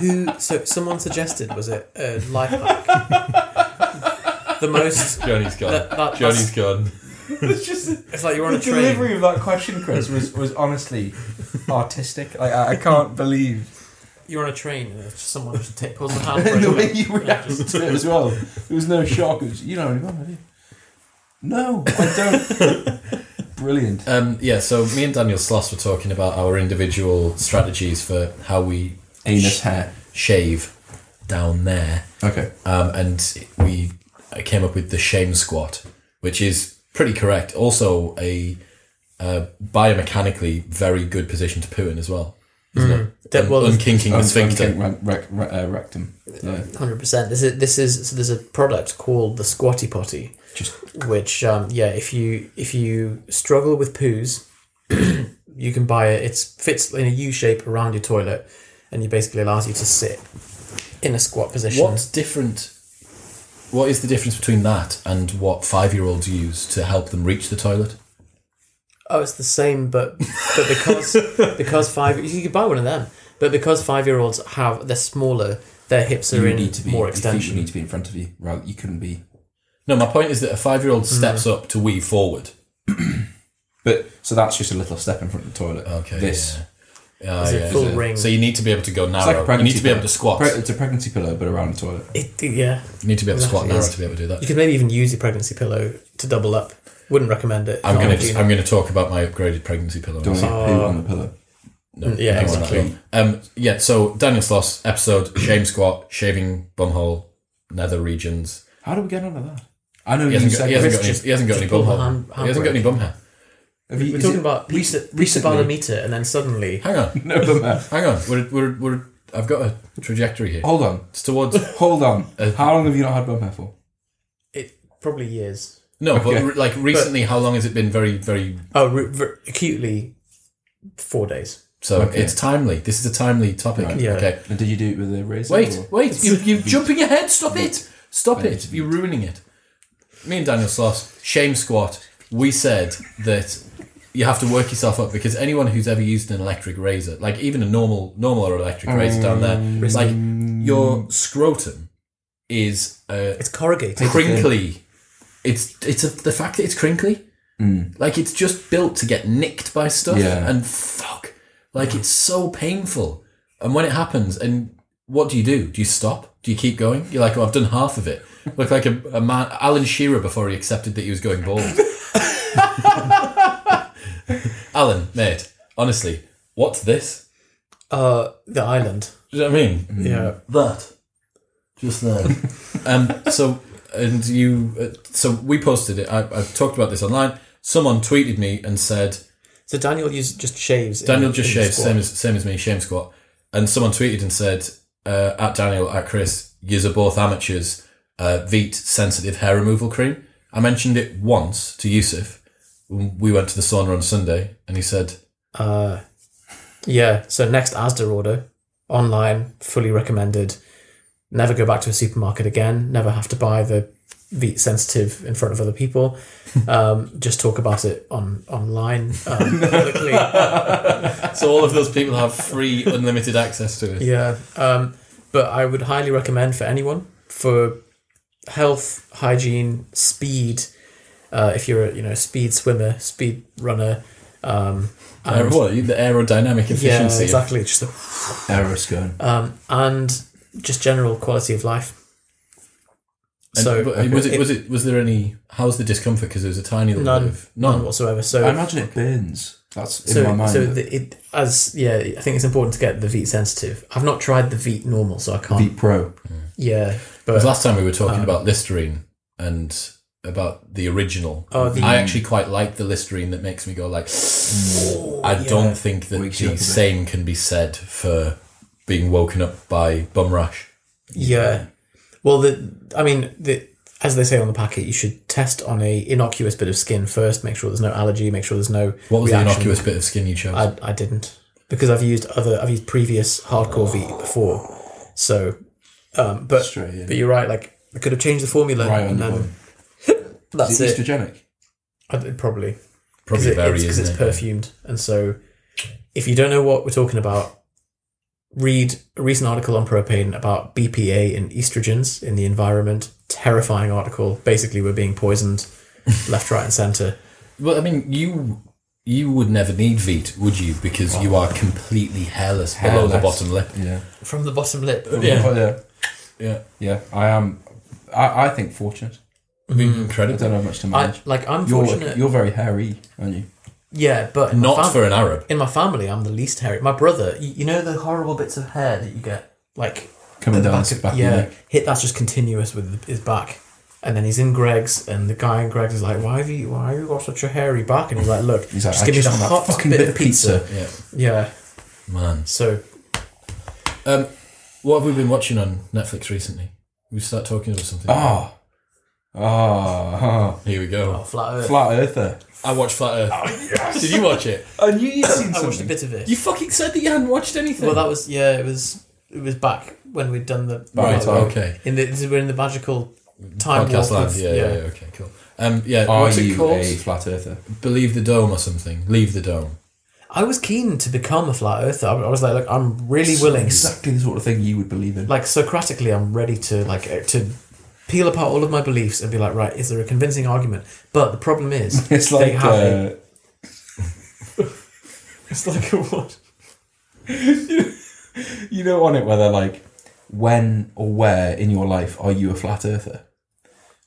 Speaker 3: who? So someone suggested was it a life hack? the most.
Speaker 1: Johnny's gone.
Speaker 3: That, that, that's,
Speaker 1: gone.
Speaker 2: It's just
Speaker 3: it's like you're on a train.
Speaker 2: of that question, Chris, was was honestly artistic. Like I, I can't believe
Speaker 3: You're on a train and it's just someone just t- pulls the handbrake.
Speaker 2: the
Speaker 3: and-
Speaker 2: way you
Speaker 3: and
Speaker 2: reacted
Speaker 3: just-
Speaker 2: to it as well. There was no shock. It was, you don't even do you? No, I don't. Brilliant.
Speaker 1: Um, yeah. So me and Daniel Sloss were talking about our individual strategies for how we
Speaker 2: Anus hair.
Speaker 1: shave down there,
Speaker 2: Okay.
Speaker 1: um, and we I came up with the shame squat, which is pretty correct. Also a uh, biomechanically very good position to poo in as well. Isn't it?
Speaker 3: Mm. That-
Speaker 1: Un-
Speaker 3: well,
Speaker 1: unkinking the
Speaker 2: Um,
Speaker 1: sphincter.
Speaker 2: rec- rec- rec- uh, rectum. Yeah.
Speaker 3: Hundred percent. This is this is so there's a product called the Squatty Potty,
Speaker 2: Just
Speaker 3: which um, yeah, if you if you struggle with poos, you can buy it. It fits in a U shape around your toilet, and it basically allows you to sit in a squat position.
Speaker 1: What's different? What is the difference between that and what five-year-olds use to help them reach the toilet?
Speaker 3: Oh, it's the same, but but because because five you could buy one of them, But because five year olds have they're smaller, their hips
Speaker 2: You
Speaker 3: are
Speaker 2: would
Speaker 3: in
Speaker 2: need to be.
Speaker 3: more
Speaker 2: your feet would
Speaker 3: extension.
Speaker 2: need to be in front of you. Right, you couldn't be.
Speaker 1: No, my point is that a five year old
Speaker 3: Hmm.
Speaker 1: steps up to weave forward.
Speaker 2: But so that's just a little step in front of the toilet.
Speaker 1: Okay.
Speaker 2: This.
Speaker 1: Yeah. Ah,
Speaker 3: Is it
Speaker 1: yeah,
Speaker 3: full
Speaker 1: is it?
Speaker 3: ring?
Speaker 1: So you need to be able to go narrow.
Speaker 2: It's like a
Speaker 1: you
Speaker 2: pregnancy
Speaker 1: need to be able
Speaker 2: pillow.
Speaker 1: to squat.
Speaker 2: Pre- it's a pregnancy pillow, but around the toilet.
Speaker 3: It, yeah,
Speaker 1: you need to be able to squat
Speaker 3: Exactly,
Speaker 1: narrow
Speaker 3: yes.
Speaker 1: to be able to do that.
Speaker 3: you could maybe even use your pregnancy pillow to double up. Wouldn't recommend it.
Speaker 1: I'm
Speaker 3: Not
Speaker 1: gonna
Speaker 3: if you-
Speaker 1: I'm gonna talk about my upgraded pregnancy pillow. in a
Speaker 2: Don't
Speaker 1: second.
Speaker 2: want to poo on the pillow.
Speaker 1: No,
Speaker 3: Mm, yeah,
Speaker 1: don't worry about
Speaker 3: exactly.
Speaker 1: that. Um, yeah, so Daniel Sloss episode shame squat, shaving bumhole, nether regions.
Speaker 2: How do we get onto that? I know
Speaker 1: He
Speaker 2: you
Speaker 1: hasn't got,
Speaker 2: said.
Speaker 1: he hasn't got
Speaker 3: Chris,
Speaker 1: any.
Speaker 3: just-
Speaker 1: He hasn't got
Speaker 3: just
Speaker 1: any
Speaker 3: pull
Speaker 1: bum
Speaker 3: the
Speaker 1: hair.
Speaker 3: hand-
Speaker 1: He hasn't got any bum hair.
Speaker 2: have you-
Speaker 3: We're
Speaker 2: is
Speaker 3: talking
Speaker 2: it
Speaker 3: about pizza,
Speaker 2: rec-
Speaker 3: pizza
Speaker 2: recently?
Speaker 3: barometer, and then suddenly
Speaker 1: Hang on,
Speaker 2: No, but, uh,
Speaker 1: hang on. We're we're, we're I've got a trajectory here.
Speaker 2: hold on,
Speaker 1: It's towards
Speaker 2: hold on.
Speaker 1: Uh,
Speaker 2: How long have you not had bum hair for?
Speaker 3: it probably years.
Speaker 1: no,
Speaker 2: Okay.
Speaker 1: but re- like recently, how long has it been? Very very.
Speaker 3: Oh, re- re- acutely, four days.
Speaker 1: So
Speaker 2: Okay.
Speaker 1: it's timely. This is a timely topic.
Speaker 3: Yeah.
Speaker 1: Okay.
Speaker 2: And did you do it with a razor?
Speaker 1: Wait,
Speaker 2: or-
Speaker 1: wait. You, you're jumping ahead. Stop it. Stop it. You're ruining it. Me and Daniel Sloss, shame squat. We said that you have to work yourself up because anyone who's ever used an electric razor, like even a normal, normal or electric razor down there, like
Speaker 2: Um,
Speaker 1: your scrotum is a
Speaker 3: It's corrugated.
Speaker 1: crinkly. It's it's a, the fact that it's crinkly. Like it's just built to get nicked by stuff
Speaker 2: Yeah.
Speaker 1: and fuck. Like it's so painful. And when it happens, and what do you do? Do you stop? Do you keep going? You're like, oh, I've done half of it. Look like a, a man, Alan Shearer, before he accepted that he was going bald. Alan, mate, honestly, what's this?
Speaker 3: Uh, the island.
Speaker 1: Do you know what I mean?
Speaker 3: Yeah.
Speaker 1: that just there. um, so and you, uh, so we posted it. I, I talked about this online. Someone tweeted me and said
Speaker 3: So Daniel used just shaves. in-
Speaker 1: Daniel just
Speaker 3: in the
Speaker 1: shaves
Speaker 3: squat.
Speaker 1: same as same as me shame squat. And someone tweeted and said uh, at Daniel at Chris, yous are both amateurs. Uh, Veet sensitive hair removal cream. I mentioned it once to Yusuf. when We went to the sauna on Sunday, and he said,
Speaker 3: Uh, yeah. So next ASDA order, online, fully recommended. Never go back to a supermarket again. Never have to buy the the sensitive in front of other people. Um, just talk about it on online um, publicly.
Speaker 1: "So all of those people have free, unlimited access to it."
Speaker 3: Yeah. Um, but I would highly recommend for anyone for health, hygiene, speed. Uh, if you're a you know speed swimmer, speed runner. Um,
Speaker 1: Uh, what the aerodynamic
Speaker 3: yeah,
Speaker 1: efficiency? of
Speaker 3: exactly. Just the
Speaker 2: Aeroscone.
Speaker 3: um, and just general quality of life.
Speaker 1: And
Speaker 3: So
Speaker 1: but was it, was it was there any? How's the discomfort? Because it was a tiny little
Speaker 3: none,
Speaker 1: bit of none.
Speaker 3: none whatsoever. So
Speaker 2: I imagine it burns. That's in
Speaker 3: so,
Speaker 2: my mind.
Speaker 3: so the, it as yeah, I think it's important to get the Veet sensitive. I've not tried the Veet normal, so I can't.
Speaker 2: Deep Pro.
Speaker 3: Yeah,
Speaker 1: Because
Speaker 3: but
Speaker 1: last time we were
Speaker 3: Uh-huh.
Speaker 1: talking about Listerine and about the original.
Speaker 3: Oh, the-
Speaker 1: I actually quite like the Listerine that makes me go like. I don't think that
Speaker 2: Wakes you up
Speaker 1: the
Speaker 2: a bit.
Speaker 1: same can be said for being woken up by bum rash.
Speaker 3: yeah. Well, the I mean the. As they say on the packet, you should test on a innocuous bit of skin first. Make sure there's no allergy. Make sure there's no
Speaker 1: What was the
Speaker 3: reaction. Uh,
Speaker 1: innocuous bit of skin you chose?
Speaker 3: I, I didn't because I've used other I've used previous hardcore V before, so um, but
Speaker 2: Straight in.
Speaker 3: but you're right like I could have changed the formula
Speaker 2: Right on
Speaker 3: and
Speaker 2: the
Speaker 3: then
Speaker 2: bum.
Speaker 3: that's
Speaker 2: Is it
Speaker 3: it,
Speaker 2: estrogenic?
Speaker 3: I d probably because
Speaker 1: Probably very
Speaker 3: it's, 'cause
Speaker 1: isn't
Speaker 3: it's
Speaker 1: it?
Speaker 3: perfumed and so if you don't know what we're talking about read a recent article on propane about BPA and estrogens in the environment terrifying article basically we're being poisoned left right and center
Speaker 1: Well, I mean, you you would never need Veet, would you? Because you are completely hairless, below the
Speaker 2: Hairless.
Speaker 1: bottom lip.
Speaker 2: Yeah.
Speaker 3: from the bottom lip
Speaker 1: Yeah.
Speaker 2: Oh, yeah.
Speaker 1: Yeah,
Speaker 2: Yeah. I am. I, I think fortunate.
Speaker 1: I mean,
Speaker 3: Mm-hmm.
Speaker 2: I
Speaker 1: incredible.
Speaker 2: don't have much to
Speaker 3: I,
Speaker 2: manage.
Speaker 3: like I'm
Speaker 2: you're
Speaker 3: fortunate
Speaker 2: you're very hairy, aren't you?
Speaker 3: yeah but in my
Speaker 1: Not
Speaker 3: fam-
Speaker 1: for an Arab.
Speaker 3: in my family, I'm the least hairy. My brother, you, you know the horrible bits of hair that you get, like
Speaker 2: Coming
Speaker 3: at the
Speaker 2: down
Speaker 3: back
Speaker 2: the
Speaker 3: of,
Speaker 2: back of your
Speaker 3: yeah,
Speaker 2: neck.
Speaker 3: hit that's just continuous with his back, and then he's in Greg's, and the guy in Greg's is like, "Why have you, why have you got such a hairy back?" And he's like, "Look,
Speaker 2: He's like,
Speaker 3: just
Speaker 2: I
Speaker 3: give
Speaker 2: just
Speaker 3: me the
Speaker 2: want that
Speaker 3: hot
Speaker 2: fucking
Speaker 3: bit, of pizza."
Speaker 1: Yeah,
Speaker 3: Yeah,
Speaker 1: man.
Speaker 3: so
Speaker 1: Um, what have we been watching on Netflix recently? We start talking about something.
Speaker 3: Uh,
Speaker 2: Ah. Ah.
Speaker 1: Here we
Speaker 3: oh,
Speaker 1: go.
Speaker 3: flat earth.
Speaker 2: Flat Earther.
Speaker 1: I watched Flat Earth. Did you watch it?
Speaker 2: I knew you'd seen
Speaker 3: I watched a
Speaker 2: something.
Speaker 3: bit of it.
Speaker 1: You fucking said that you hadn't watched anything.
Speaker 3: well, that was yeah, it was it was back when we'd done the
Speaker 1: right.
Speaker 2: Oh,
Speaker 1: Okay.
Speaker 3: In the this is- we're in the magical time
Speaker 1: Podcast
Speaker 3: warp
Speaker 1: land.
Speaker 3: of-
Speaker 1: Yeah, yeah. Yeah. Okay. Cool. Um. Yeah.
Speaker 2: Are
Speaker 1: what's it
Speaker 2: you
Speaker 1: called?
Speaker 2: a flat earther?
Speaker 1: Believe the dome or something. Leave the dome.
Speaker 3: I was keen to become a flat earther. I was like, look, I'm really willing.
Speaker 2: Exactly the sort of thing you would believe in.
Speaker 3: Like Socratically, I'm ready to like uh, to peel apart all of my beliefs and be like, right, is there a convincing argument? But the problem is,
Speaker 2: it's like
Speaker 3: they have a-
Speaker 2: uh,
Speaker 3: It's like a what?
Speaker 2: you know on it where they're like, when or where in your life are you a flat earther?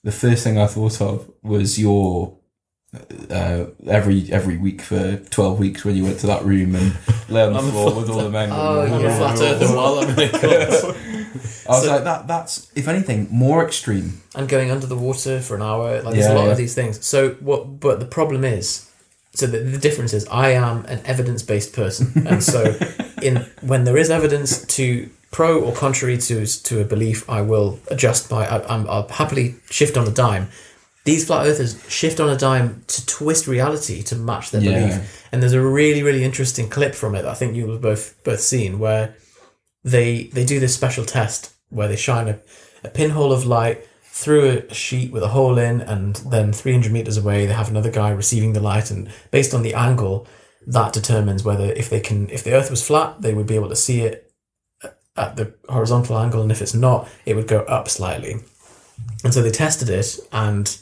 Speaker 2: The first thing I thought of was your uh, every every week for twelve weeks when you went to that room and lay on the
Speaker 1: I'm a
Speaker 2: floor
Speaker 1: flat
Speaker 2: with all the men.
Speaker 3: Oh,
Speaker 2: I
Speaker 3: yeah.
Speaker 1: Flat earther while I'm in a
Speaker 2: was
Speaker 3: So-
Speaker 2: like that. That's if anything more extreme.
Speaker 3: and going under the water for an hour. Like there's
Speaker 2: Yeah,
Speaker 3: a lot
Speaker 2: yeah.
Speaker 3: of these things. So what? But the problem is, so the, the difference is, I am an evidence-based person, and so in when there is evidence to pro or contrary to to a belief, I will adjust my. I, I'm, I'll happily shift on a dime. These flat earthers shift on a dime to twist reality to match their
Speaker 2: Yeah.
Speaker 3: belief. And there's a really, really interesting clip from it that I think you'll have both both seen where they they do this special test where they shine a, a pinhole of light through a sheet with a hole in and then 300 meters away they have another guy receiving the light and based on the angle that determines whether if they can if the earth was flat they would be able to see it at the horizontal angle and if it's not it would go up slightly and so they tested it and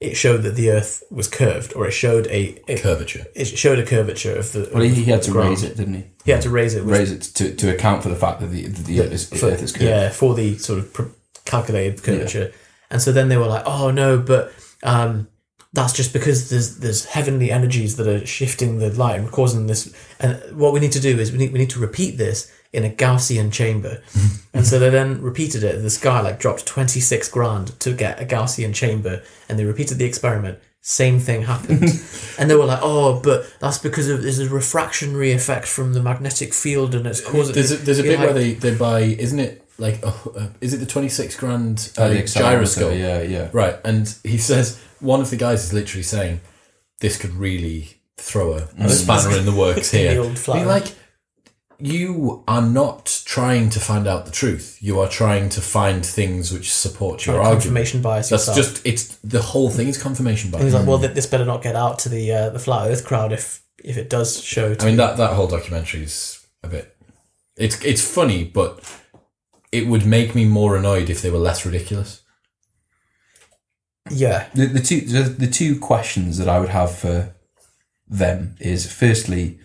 Speaker 3: it showed that the earth was curved or it showed a it,
Speaker 1: curvature.
Speaker 3: it showed a curvature of the
Speaker 2: Well, he, he had to
Speaker 3: ground.
Speaker 2: raise it, didn't he?
Speaker 3: he had to raise it with
Speaker 2: Raise it to, to account for the fact that the that the earth is,
Speaker 3: for-
Speaker 2: earth is curved.
Speaker 3: Yeah, for the sort of pr- calculated curvature. And so then they were like, oh no, but um, that's just because there's there's heavenly energies that are shifting the light and causing this. And what we need to do is we need we need to repeat this in a Gaussian chamber. and so they then repeated it. This guy like dropped twenty six grand to get a Gaussian chamber, and they repeated the experiment. Same thing happened, and they were like, "Oh, but that's because of there's a refractionary effect from the magnetic field, and it's causing."
Speaker 1: Uh, There's a, there's a
Speaker 3: You're
Speaker 1: bit where
Speaker 3: like-
Speaker 1: they, they buy, isn't it like, oh, uh, is it the 26 grand
Speaker 2: Uh,
Speaker 1: uh,
Speaker 2: the accelerometer,
Speaker 1: gyroscope?
Speaker 2: Yeah, yeah.
Speaker 1: Right, and he says one of the guys is literally saying, "This could really throw a, a spanner in the works
Speaker 3: Mm. In the
Speaker 1: here."
Speaker 3: old
Speaker 1: Be
Speaker 3: flat.
Speaker 1: like, you are not trying to find out the truth. You are trying to find things which support your argument.
Speaker 3: confirmation bias.
Speaker 1: That's
Speaker 3: yourself.
Speaker 1: just Mm. it's the whole thing is confirmation
Speaker 3: And
Speaker 1: bias.
Speaker 3: he's like, well, th- this better not get out to the uh, the flat Earth crowd if if it does show. To
Speaker 1: I mean that that whole documentary is a bit. It's it's funny, but it would make me more annoyed if they were less ridiculous.
Speaker 3: yeah,
Speaker 2: the, the two the, the two questions that I would have for them is firstly,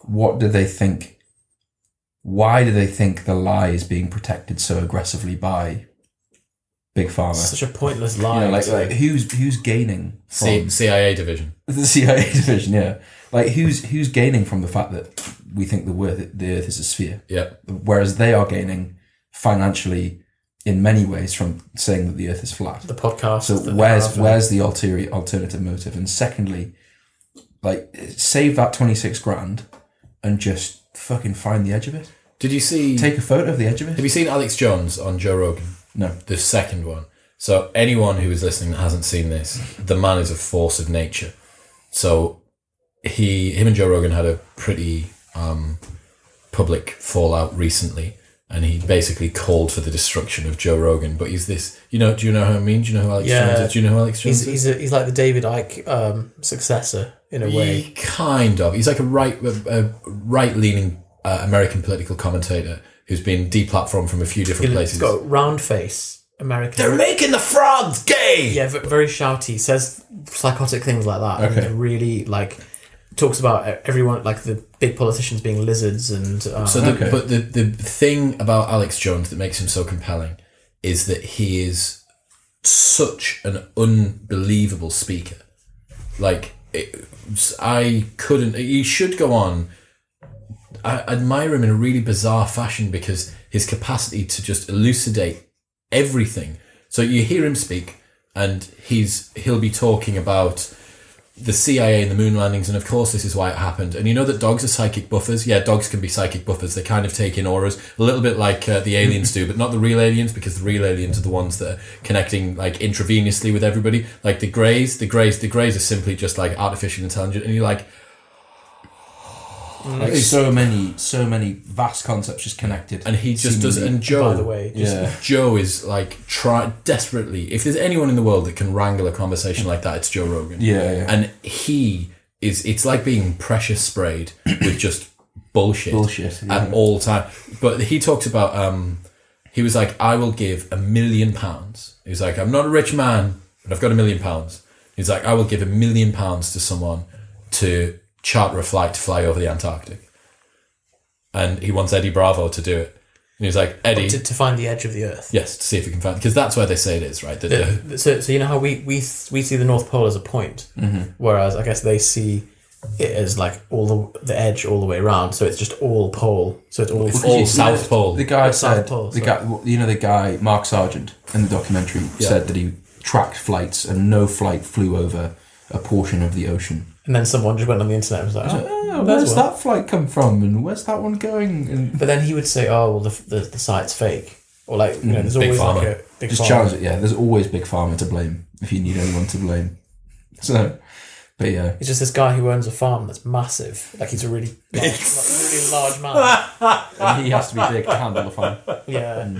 Speaker 2: what do they think? Why do they think the lie is being protected so aggressively by big pharma?
Speaker 3: such a pointless
Speaker 2: You
Speaker 3: lie.
Speaker 2: know, like,
Speaker 3: actually.
Speaker 2: like who's who's gaining from
Speaker 1: C- CIA division.
Speaker 2: the CIA division? Yeah, like who's who's gaining from the fact that we think the Earth the Earth is a sphere,
Speaker 1: Yeah,
Speaker 2: whereas they are gaining financially in many ways from saying that the Earth is flat.
Speaker 3: the podcast.
Speaker 2: So
Speaker 3: that they
Speaker 2: where's
Speaker 3: have,
Speaker 2: where's the ulterior alternative motive? And secondly, like save that twenty six grand and just fucking find the edge of it.
Speaker 1: did you see?
Speaker 2: Take a photo of the edge of
Speaker 1: Have
Speaker 2: it.
Speaker 1: you seen Alex Jones on Joe Rogan?
Speaker 2: No.
Speaker 1: The second one. So anyone who is listening that hasn't seen this, the man is a force of nature. So he, him and Joe Rogan had a pretty um, public fallout recently, and he basically called for the destruction of Joe Rogan. But he's this, you know, do you know who I mean? Do you know who Alex
Speaker 3: Yeah.
Speaker 1: Jones is? Do you know who Alex Jones is?
Speaker 3: He's he's, a, he's like the David Icke um, successor in a way.
Speaker 1: He kind of. He's like a right a, a right leaning uh, American political commentator who's been deplatformed from a few different
Speaker 3: He's
Speaker 1: places.
Speaker 3: got a round face, American.
Speaker 1: They're making the frogs gay.
Speaker 3: yeah, v- very shouty. Says psychotic things like that.
Speaker 2: Okay.
Speaker 3: And really like talks about e, everyone like the big politicians being lizards and um,
Speaker 1: So, the,
Speaker 2: Okay.
Speaker 1: but the the thing about Alex Jones that makes him so compelling is that he is such an unbelievable speaker. Like it, I couldn't. He should go on. I admire him in a really bizarre fashion because his capacity to just elucidate everything. So you hear him speak, and he's he'll be talking about the CIA and the moon landings, and of course, this is why it happened. And you know that dogs are psychic buffers. Yeah, dogs can be psychic buffers. They kind of take in auras, a little bit like uh, the aliens do, but not the real aliens because the real aliens are the ones that are connecting like intravenously with everybody. Like the greys, the greys, the greys are simply just like artificial intelligence. And you're like,
Speaker 2: Like so many so many vast concepts just connected.
Speaker 1: and he just does it.
Speaker 2: seemingly.
Speaker 1: And Joe,
Speaker 3: by the way, just
Speaker 2: Yeah.
Speaker 1: Joe is like try desperately. If there's anyone in the world that can wrangle a conversation like that, it's Joe Rogan.
Speaker 2: Yeah, yeah.
Speaker 1: and he is it's like being pressure sprayed with just bullshit,
Speaker 2: Bullshit,
Speaker 1: at all time. But he talked about um, he was like, I will give a million pounds. He was like, I'm not a rich man, but I've got a million pounds. He's like, I will give a million pounds to someone to charter a flight to fly over the Antarctic, and he wants Eddie Bravo to do it. And he's like, Eddie,
Speaker 3: to, to find the edge of the Earth.
Speaker 1: yes, to see if we can find because that's where they say it is, right? That the-
Speaker 3: The- so, so you know how we, we we see the North Pole as a point, whereas I guess they see it as like all the, the edge all the way around. So it's just all pole. So it's all
Speaker 1: all
Speaker 2: You know,
Speaker 1: South Pole.
Speaker 2: The guy
Speaker 3: Oh, South
Speaker 2: said,
Speaker 3: Pole,
Speaker 2: the
Speaker 3: sorry.
Speaker 2: guy, you know, the guy Mark Sargent in the documentary said that he tracked flights and no flight flew over a portion of the ocean.
Speaker 3: And then someone just went on the internet and was like, oh,
Speaker 2: Oh,
Speaker 3: there's
Speaker 2: where's
Speaker 3: one.
Speaker 2: that flight come from, and where's that one going? And
Speaker 3: But then he would say, oh, well, the, the, the site's fake. Or like, you know, there's
Speaker 1: Big
Speaker 3: always like
Speaker 1: Pharma.
Speaker 3: a big
Speaker 2: just
Speaker 3: Pharma.
Speaker 2: challenge it. Yeah, there's always Big Pharma to blame if you need anyone to blame. So, but yeah,
Speaker 3: It's just this guy who owns a farm that's massive. Like he's a really, large, like, really large man.
Speaker 2: and he has to be big to handle the farm.
Speaker 3: Yeah.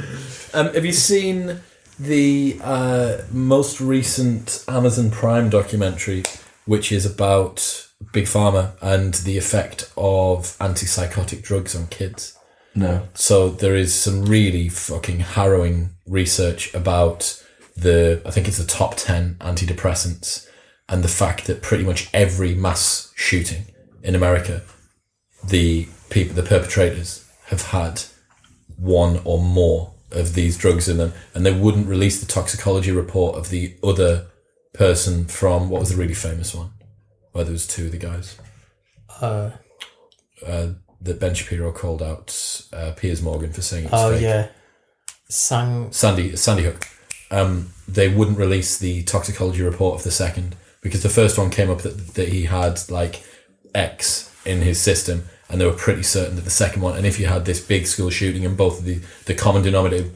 Speaker 1: Um, have you seen the uh, most recent Amazon Prime documentary, which is about Big Pharma and the effect of antipsychotic drugs on kids?
Speaker 2: No,
Speaker 1: So there is some really fucking harrowing research about the I think it's the top ten antidepressants and the fact that pretty much every mass shooting in America, the people the perpetrators have had one or more of these drugs in them and they wouldn't release the toxicology report of the other person from what was the really famous one? Where there was two of the guys
Speaker 3: Uh,
Speaker 1: that Ben Shapiro called out uh, Piers Morgan for saying it was
Speaker 3: oh,
Speaker 1: fake.
Speaker 3: yeah. Sang.
Speaker 1: Sandy Sandy Hook, um, they wouldn't release the toxicology report of the second because the first one came up that, that he had like X in his system, and they were pretty certain that the second one. And if you had this big school shooting, and both of the the common denominator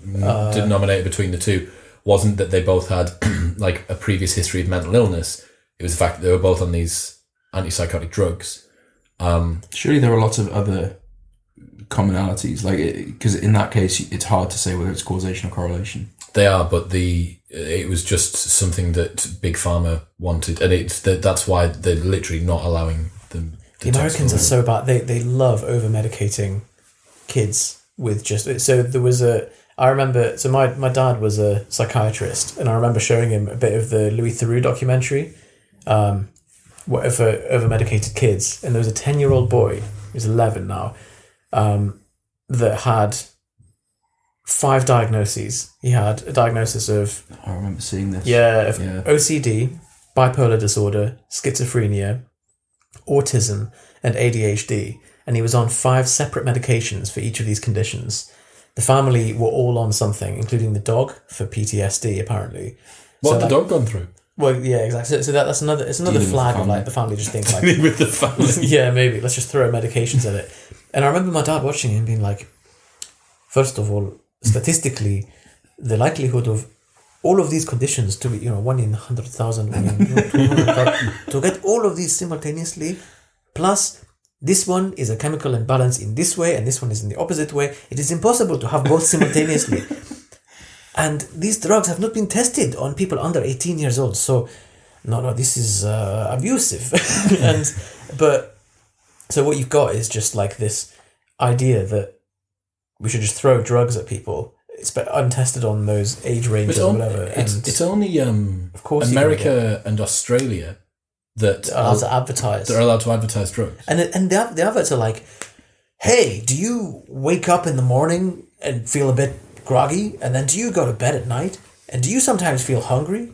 Speaker 1: denominator between the two wasn't that they both had like a previous history of mental illness, it was the fact that they were both on these antipsychotic drugs.
Speaker 2: surely there are lots of other commonalities, like because in that case, it's hard to say whether it's causation or correlation.
Speaker 1: They are, but the it was just something that Big Pharma wanted, and it's that that's why they're literally not allowing them.
Speaker 3: The Americans are so bad. They they love over medicating kids with just so there was a I remember so my, my dad was a psychiatrist and I remember showing him a bit of the Louis Theroux documentary um wh- over over medicated kids and there was a 10 year old boy who's 11 now um that had five diagnoses he had a diagnosis of
Speaker 2: I remember seeing this.
Speaker 3: yeah, if-
Speaker 2: Yeah.
Speaker 3: OCD, bipolar disorder, schizophrenia, autism, and ADHD. And he was on five separate medications for each of these conditions. The family were all on something, including the dog for PTSD, apparently.
Speaker 1: What had
Speaker 3: so
Speaker 1: the dog gone through?
Speaker 3: Well, yeah, exactly. So, so that, that's another it's another
Speaker 2: Dealing with
Speaker 3: flag
Speaker 2: the
Speaker 3: of like the family just thinks like
Speaker 1: With the family.
Speaker 3: yeah, maybe. Let's just throw medications at it. And I remember my dad watching it and being like, first of all, statistically, the likelihood of all of these conditions to be, you know, one in 100,000, one in, you know, 200,000, to get all of these simultaneously, plus this one is a chemical imbalance in this way and this one is in the opposite way. It is impossible to have both simultaneously. and these drugs have not been tested on people under 18 years old. So, no, no, this is uh, abusive. and, but so what you've got is just like this idea that we should just throw drugs at people. It's but untested on those age
Speaker 1: But
Speaker 3: ranges
Speaker 1: it's
Speaker 3: or
Speaker 1: on-
Speaker 3: whatever.
Speaker 1: it's,
Speaker 3: and
Speaker 1: it's only um,
Speaker 3: Of course you can
Speaker 1: America and Australia that
Speaker 3: are
Speaker 1: are,
Speaker 3: allowed to advertise.
Speaker 1: that are allowed to advertise drugs.
Speaker 3: and and the, the adverts are like, hey, do you wake up in the morning and feel a bit groggy, and then do you go to bed at night, and do you sometimes feel hungry,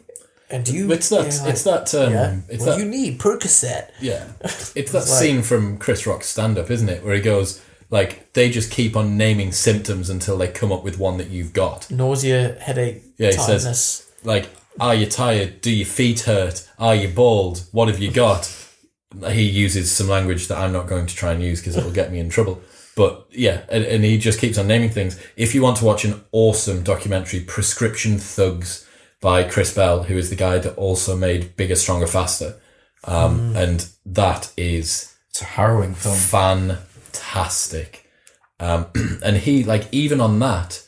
Speaker 3: and do you?
Speaker 1: It's that.
Speaker 3: Yeah,
Speaker 1: it's that. Um,
Speaker 3: yeah.
Speaker 1: It's
Speaker 3: well,
Speaker 1: that.
Speaker 3: you need Percocet.
Speaker 1: yeah. It's that scene from Chris Rock's stand-up, isn't it, where he goes like they just keep on naming symptoms until they come up with one that you've got.
Speaker 3: Nausea, headache,
Speaker 1: Yeah, he says-
Speaker 3: tiredness.
Speaker 1: like, are you tired? Do your feet hurt? Are you bald? What have you got? he uses some language that I'm not going to try and use because it'll get me in trouble. But yeah, and, and he just keeps on naming things. If you want to watch an awesome documentary, Prescription Thugs by Chris Bell, who is the guy that also made Bigger, Stronger, Faster. Um, And that is
Speaker 2: it's a harrowing film.
Speaker 1: fantastic. Um, and he, like, even on that,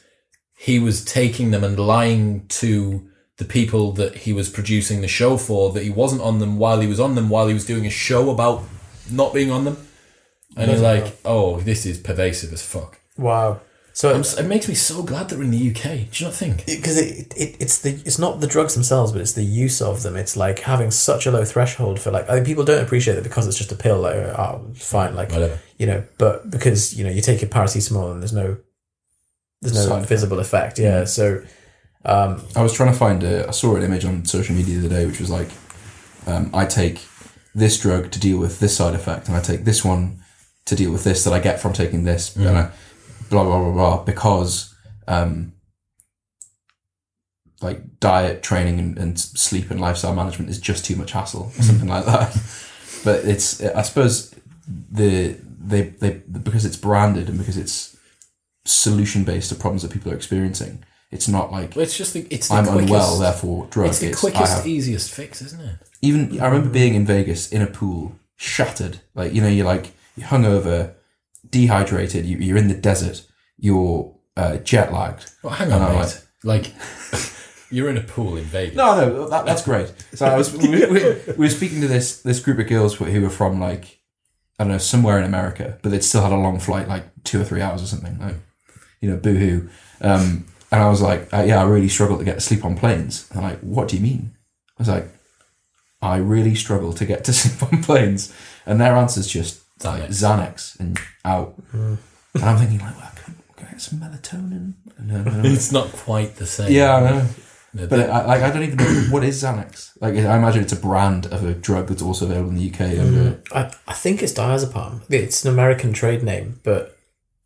Speaker 1: he was taking them and lying to the people that he was producing the show for that he wasn't on them while he was on them while he was doing a show about not being on them. And he's like, oh, this is pervasive as fuck.
Speaker 3: Wow. So
Speaker 1: I'm, s- it makes me so glad that we're in the UK. Do you not think?
Speaker 3: because it, it it's the it's not the drugs themselves, but it's the use of them. It's like having such a low threshold for like I think people don't appreciate it because it's just a pill. Like oh, fine, like
Speaker 1: Whatever.
Speaker 3: you know, but because you know you take a paracetamol and there's no there's no
Speaker 2: Side effect.
Speaker 3: visible effect. Yeah, so um,
Speaker 2: I was trying to find a. I saw an image on social media the other day, which was like, um, I take this drug to deal with this side effect, and I take this one to deal with this that I get from taking this, and I, blah blah blah blah, because um, like diet, training, and, and sleep and lifestyle management is just too much hassle, or something like that. But it's, I suppose, the they they because it's branded and because it's solution based to problems that people are experiencing. It's not like
Speaker 1: Well, it's just the it's the
Speaker 2: I'm
Speaker 1: quickest,
Speaker 2: unwell, therefore drug.
Speaker 1: It's the
Speaker 2: is- I
Speaker 1: quickest, e-
Speaker 2: have-
Speaker 1: easiest fix, isn't it?
Speaker 2: even I remember being in Vegas in a pool, shattered. Like you know, you're like you're hungover, dehydrated. You, you're in the desert. You're uh, jet lagged.
Speaker 1: Well, hang
Speaker 2: And
Speaker 1: on,
Speaker 2: I'm
Speaker 1: mate. Like, you're in a pool in Vegas.
Speaker 2: No, no, that, that's great. So I was we, we, we were speaking to this this group of girls who who were from like I don't know somewhere in America, but they'd still had a long flight, like two or three hours or something. Like you know, boohoo. Um, and I was like, uh, yeah, I really struggle to get to sleep on planes. And they're like, what do you mean? I was like, I really struggle to get to sleep on planes. And their answer's just like Xanax and out. And I'm thinking like, well, can can I get some melatonin? No, no, no.
Speaker 1: It's not quite the same.
Speaker 2: yeah, I know.
Speaker 1: No,
Speaker 2: But I, like, I don't even know what is Xanax. Like, I imagine it's a brand of a drug that's also available in the UK. Under
Speaker 3: I I think it's diazepam. It's an American trade name, but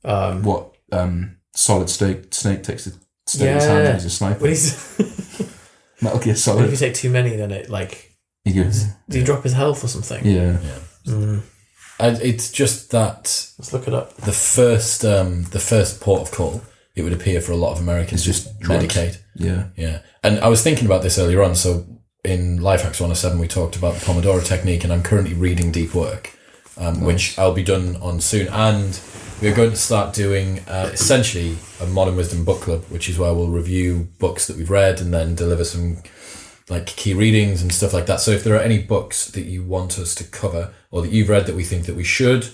Speaker 3: um,
Speaker 2: what um, Solid Snake Snake takes the snake in his
Speaker 3: Yeah.
Speaker 2: hand and he's a sniper.
Speaker 3: when he's,
Speaker 2: Metal Gear
Speaker 3: when if you
Speaker 2: Solid.
Speaker 3: take too many, then it like
Speaker 2: He goes,
Speaker 3: do you drop his health or something?
Speaker 2: yeah.
Speaker 3: Mm,
Speaker 1: And it's just that
Speaker 3: let's look it up.
Speaker 1: the first um, the first port of call, it would appear for a lot of Americans,
Speaker 2: It's just drugs.
Speaker 1: Medicaid.
Speaker 2: Yeah.
Speaker 1: Yeah. And I was thinking about this earlier on. So in Lifehacks 107, we talked about the Pomodoro technique, and I'm currently reading Deep Work, um, which I'll be done on soon. And we're going to start doing uh, essentially a Modern Wisdom book club, which is where we'll review books that we've read and then deliver some like key readings and stuff like that. So if there are any books that you want us to cover or that you've read that we think that we should,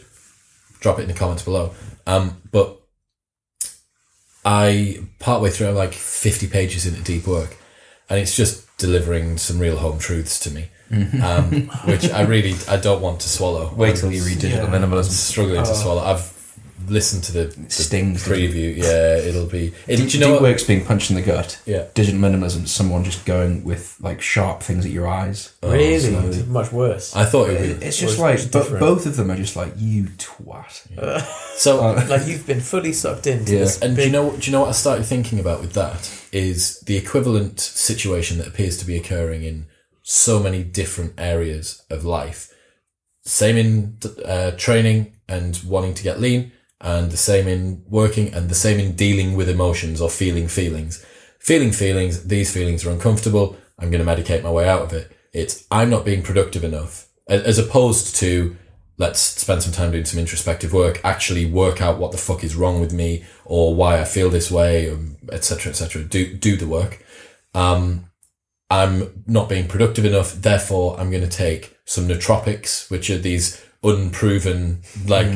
Speaker 1: drop it in the comments below. Um, but I partway through, I'm like 50 pages into deep work, and it's just delivering some real home truths to me, um, which I really I don't want to swallow.
Speaker 4: Wait till you read Digital
Speaker 1: I'm
Speaker 4: Minimalism.
Speaker 1: struggling to swallow. I've listened to the, the
Speaker 2: stings, doesn't it?
Speaker 1: preview. Yeah, it'll be. It, do you know
Speaker 2: Deep
Speaker 1: what?
Speaker 2: work's being punched in the gut.
Speaker 1: Yeah.
Speaker 2: Digital minimalism is someone just going with like sharp things at your eyes.
Speaker 4: Oh,
Speaker 3: really,
Speaker 2: so-
Speaker 3: much worse.
Speaker 1: Oh, I thought it would
Speaker 2: It-
Speaker 1: be.
Speaker 2: It's
Speaker 3: Or
Speaker 2: just
Speaker 3: it's
Speaker 2: like,
Speaker 3: just
Speaker 2: but
Speaker 3: different.
Speaker 2: both of them are just like you twat. Uh,
Speaker 1: So
Speaker 4: Oh,
Speaker 3: like you've been fully sucked into
Speaker 2: Yeah.
Speaker 3: this.
Speaker 1: And do you know do you know what I started thinking about with that is the equivalent situation that appears to be occurring in so many different areas of life. Same in uh, training and wanting to get lean, and the same in working, and the same in dealing with emotions or feeling feelings. Feeling feelings. These feelings are uncomfortable. I'm going to medicate my way out of it. It's I'm not being productive enough, A- as opposed to let's spend some time doing some introspective work actually work out what the fuck is wrong with me or why i feel this way um, etc etc do do the work um i'm not being productive enough therefore i'm going to take some nootropics which are these unproven like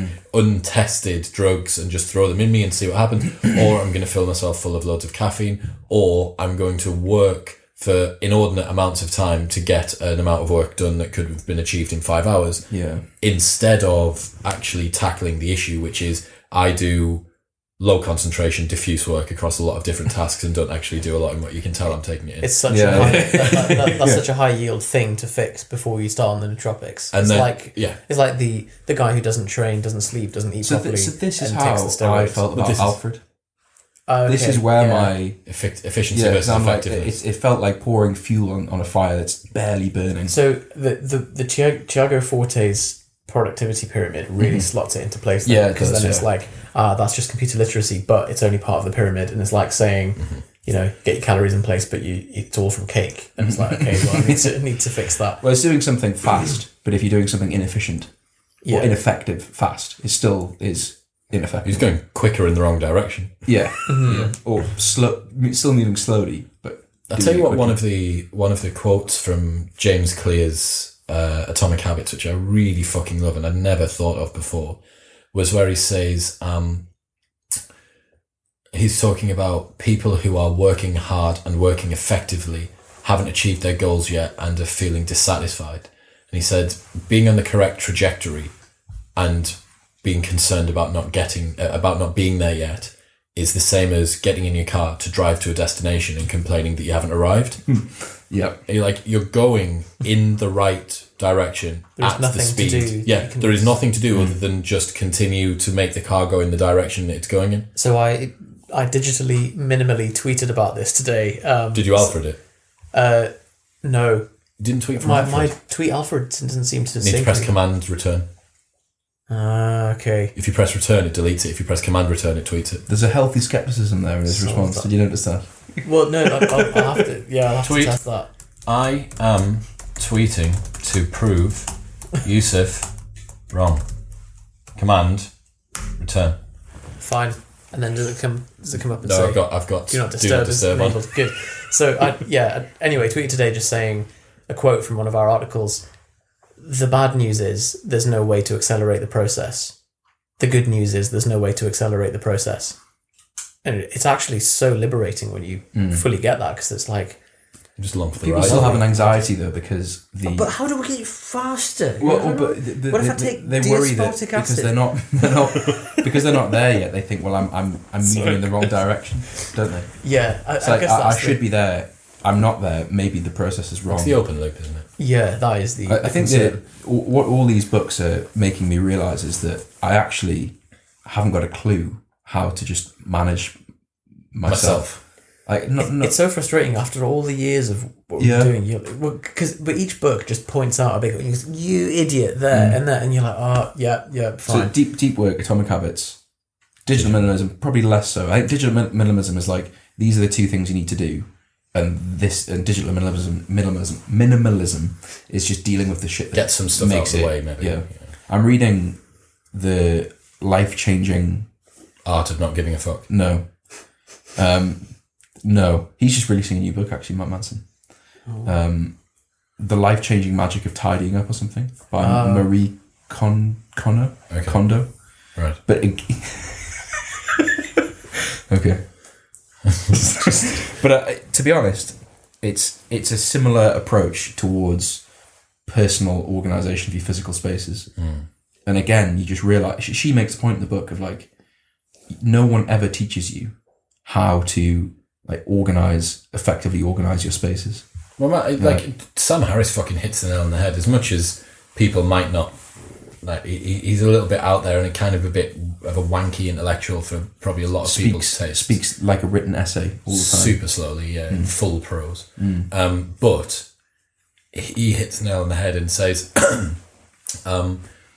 Speaker 1: untested drugs and just throw them in me and see what happens or i'm going to fill myself full of loads of caffeine or i'm going to work for inordinate amounts of time to get an amount of work done that could have been achieved in five hours
Speaker 2: Yeah.
Speaker 1: instead of actually tackling the issue, which is I do low concentration, diffuse work across a lot of different tasks and don't actually do a lot in what you can tell I'm taking it in.
Speaker 3: It's such
Speaker 2: Yeah.
Speaker 3: a high, that, that- that's such a high yield thing to fix before you start on the nootropics.
Speaker 1: and
Speaker 3: it's
Speaker 1: then,
Speaker 3: like
Speaker 1: yeah,
Speaker 3: it's like the the guy who doesn't train, doesn't sleep, doesn't eat
Speaker 2: So, thi-
Speaker 3: properly,
Speaker 2: so this is
Speaker 3: and
Speaker 2: how
Speaker 3: takes the
Speaker 2: I
Speaker 3: steroids.
Speaker 2: felt about
Speaker 1: this is-
Speaker 2: Alfred.
Speaker 3: Oh,
Speaker 2: This
Speaker 3: okay,
Speaker 2: is where
Speaker 3: yeah.
Speaker 2: my
Speaker 1: effic- efficiency
Speaker 2: yeah, 'cause
Speaker 1: versus
Speaker 2: I'm like,
Speaker 1: effectiveness.
Speaker 2: it, it felt like pouring fuel on, on a fire that's barely burning.
Speaker 3: So the the the Thi- Thiago Forte's productivity pyramid really slots it into place. there,
Speaker 2: Mm-hmm. Yeah, it
Speaker 3: because
Speaker 2: does,
Speaker 3: then it's
Speaker 2: yeah.
Speaker 3: like ah, that's just computer literacy, but it's only part of the pyramid, and it's like saying.
Speaker 2: Mm-hmm.
Speaker 3: You know, get your calories in place, but you it's all from cake, and it's like okay, well, I need to need to fix that.
Speaker 2: Well, it's doing something fast, but if you're doing something inefficient or
Speaker 3: Yeah,
Speaker 2: ineffective fast, it still is
Speaker 1: He's
Speaker 2: ineffective.
Speaker 1: going quicker in the wrong direction.
Speaker 2: Yeah. yeah. Or slow, m- still moving slowly, but
Speaker 1: I'll tell you what one of the one of the quotes from James Clear's uh, Atomic Habits, which I really fucking love and I'd never thought of before, was where he says um, he's talking about people who are working hard and working effectively haven't achieved their goals yet and are feeling dissatisfied. And he said being on the correct trajectory and being concerned about not getting uh, about not being there yet is the same as getting in your car to drive to a destination and complaining that you haven't arrived.
Speaker 3: Hmm.
Speaker 2: Yeah.
Speaker 1: You're like you're going in the right direction
Speaker 3: There's
Speaker 1: at the
Speaker 3: nothing to
Speaker 1: speed.
Speaker 3: do.
Speaker 1: Yeah,
Speaker 3: You can
Speaker 1: there is
Speaker 3: just- Hmm.
Speaker 1: nothing to do other than just continue to make the car go in the direction that it's going in.
Speaker 3: So I I digitally minimally tweeted about this today. Um,
Speaker 1: Did you Alfred it?
Speaker 3: Uh, no,
Speaker 1: You didn't tweet from
Speaker 3: my,
Speaker 1: Alfred.
Speaker 3: my tweet Alfred doesn't seem to
Speaker 1: Need to
Speaker 3: sync.
Speaker 1: press command return.
Speaker 3: Ah, okay.
Speaker 1: If you press return, it deletes it. If you press command return, it tweets it.
Speaker 2: There's a healthy skepticism there in his
Speaker 3: So
Speaker 2: response.
Speaker 3: that-
Speaker 2: Did you notice that?
Speaker 3: Well, no, I'll, I'll I'll have to. Yeah, I'll have
Speaker 1: Tweet.
Speaker 3: to test that.
Speaker 1: I am tweeting to prove Yusuf wrong. Command return.
Speaker 3: Fine. And then does it come? Does it come up and
Speaker 1: No,
Speaker 3: say?
Speaker 1: I've got, I've got.
Speaker 3: Do not disturb. is
Speaker 1: on.
Speaker 3: enabled. Good. So I, yeah. uh, Anyway, tweeted today just saying a quote from one of our articles. The bad news is there's no way to accelerate the process. The good news is there's no way to accelerate the process. And it- it's actually so liberating when you
Speaker 2: Hmm.
Speaker 3: fully get that because it's like,
Speaker 1: I'm just along for the
Speaker 2: People
Speaker 1: ride.
Speaker 2: still have an anxiety though because the
Speaker 4: But how do we get it faster?
Speaker 2: Well, oh, but th- th-
Speaker 4: what if
Speaker 2: they,
Speaker 4: I take
Speaker 2: they worry that
Speaker 4: diaspoltic
Speaker 2: because
Speaker 4: acid?
Speaker 2: they're not, they're not because they're not there yet. They think, well, I'm I'm, I'm moving in the wrong direction, don't they?
Speaker 3: yeah, I,
Speaker 2: It's
Speaker 3: I
Speaker 2: like
Speaker 3: guess
Speaker 2: I, I
Speaker 3: that's the-
Speaker 2: should be there. I'm not there. Maybe the process is wrong.
Speaker 1: It's the open loop, isn't it?
Speaker 3: Yeah, that is the.
Speaker 2: I, I think that w- what all these books are making me realize is that I actually haven't got a clue how to just manage myself.
Speaker 1: Myself.
Speaker 2: Like, not, not,
Speaker 3: it's so frustrating after all the years of what
Speaker 2: Yeah.
Speaker 3: we're doing. You because but each book just points out a big you, goes, you idiot
Speaker 1: Mm.
Speaker 3: there and there, and you're like, oh yeah, yeah,
Speaker 2: so
Speaker 3: fine.
Speaker 2: deep, deep work, atomic habits, digital minimalism, probably less so. I think digital min- minimalism is like these are the two things you need to do, and this and digital minimalism, minimalism, minimalism is just dealing with the shit that
Speaker 1: Get some stuff out
Speaker 2: makes
Speaker 1: of the
Speaker 2: it-
Speaker 1: way, maybe.
Speaker 2: Yeah, I'm reading the life changing
Speaker 1: Art of not giving a fuck.
Speaker 2: No. Um, no. He's just releasing a new book, actually, Matt Manson. Um, the Life Changing Magic of Tidying Up or something by Marie Con- Connor?
Speaker 1: Okay.
Speaker 2: Kondo.
Speaker 1: Right.
Speaker 2: But ag- okay. but uh, to be honest, it's it's a similar approach towards personal organization for your physical spaces.
Speaker 1: Hmm.
Speaker 2: And again, you just realize she- she makes a point in the book of like, no one ever teaches you how to like organize effectively organize your spaces.
Speaker 1: Well, Matt, like Sam Harris fucking hits the nail on the head. As much as people might not, like he, he- he's a little bit out there and a kind of a bit of a wanky intellectual for probably a lot of people's
Speaker 2: Speaks
Speaker 1: taste.
Speaker 2: speaks like a written essay all the time. Mm.
Speaker 1: super slowly, yeah, in full prose. Um, but he hits the nail on the head and says, um,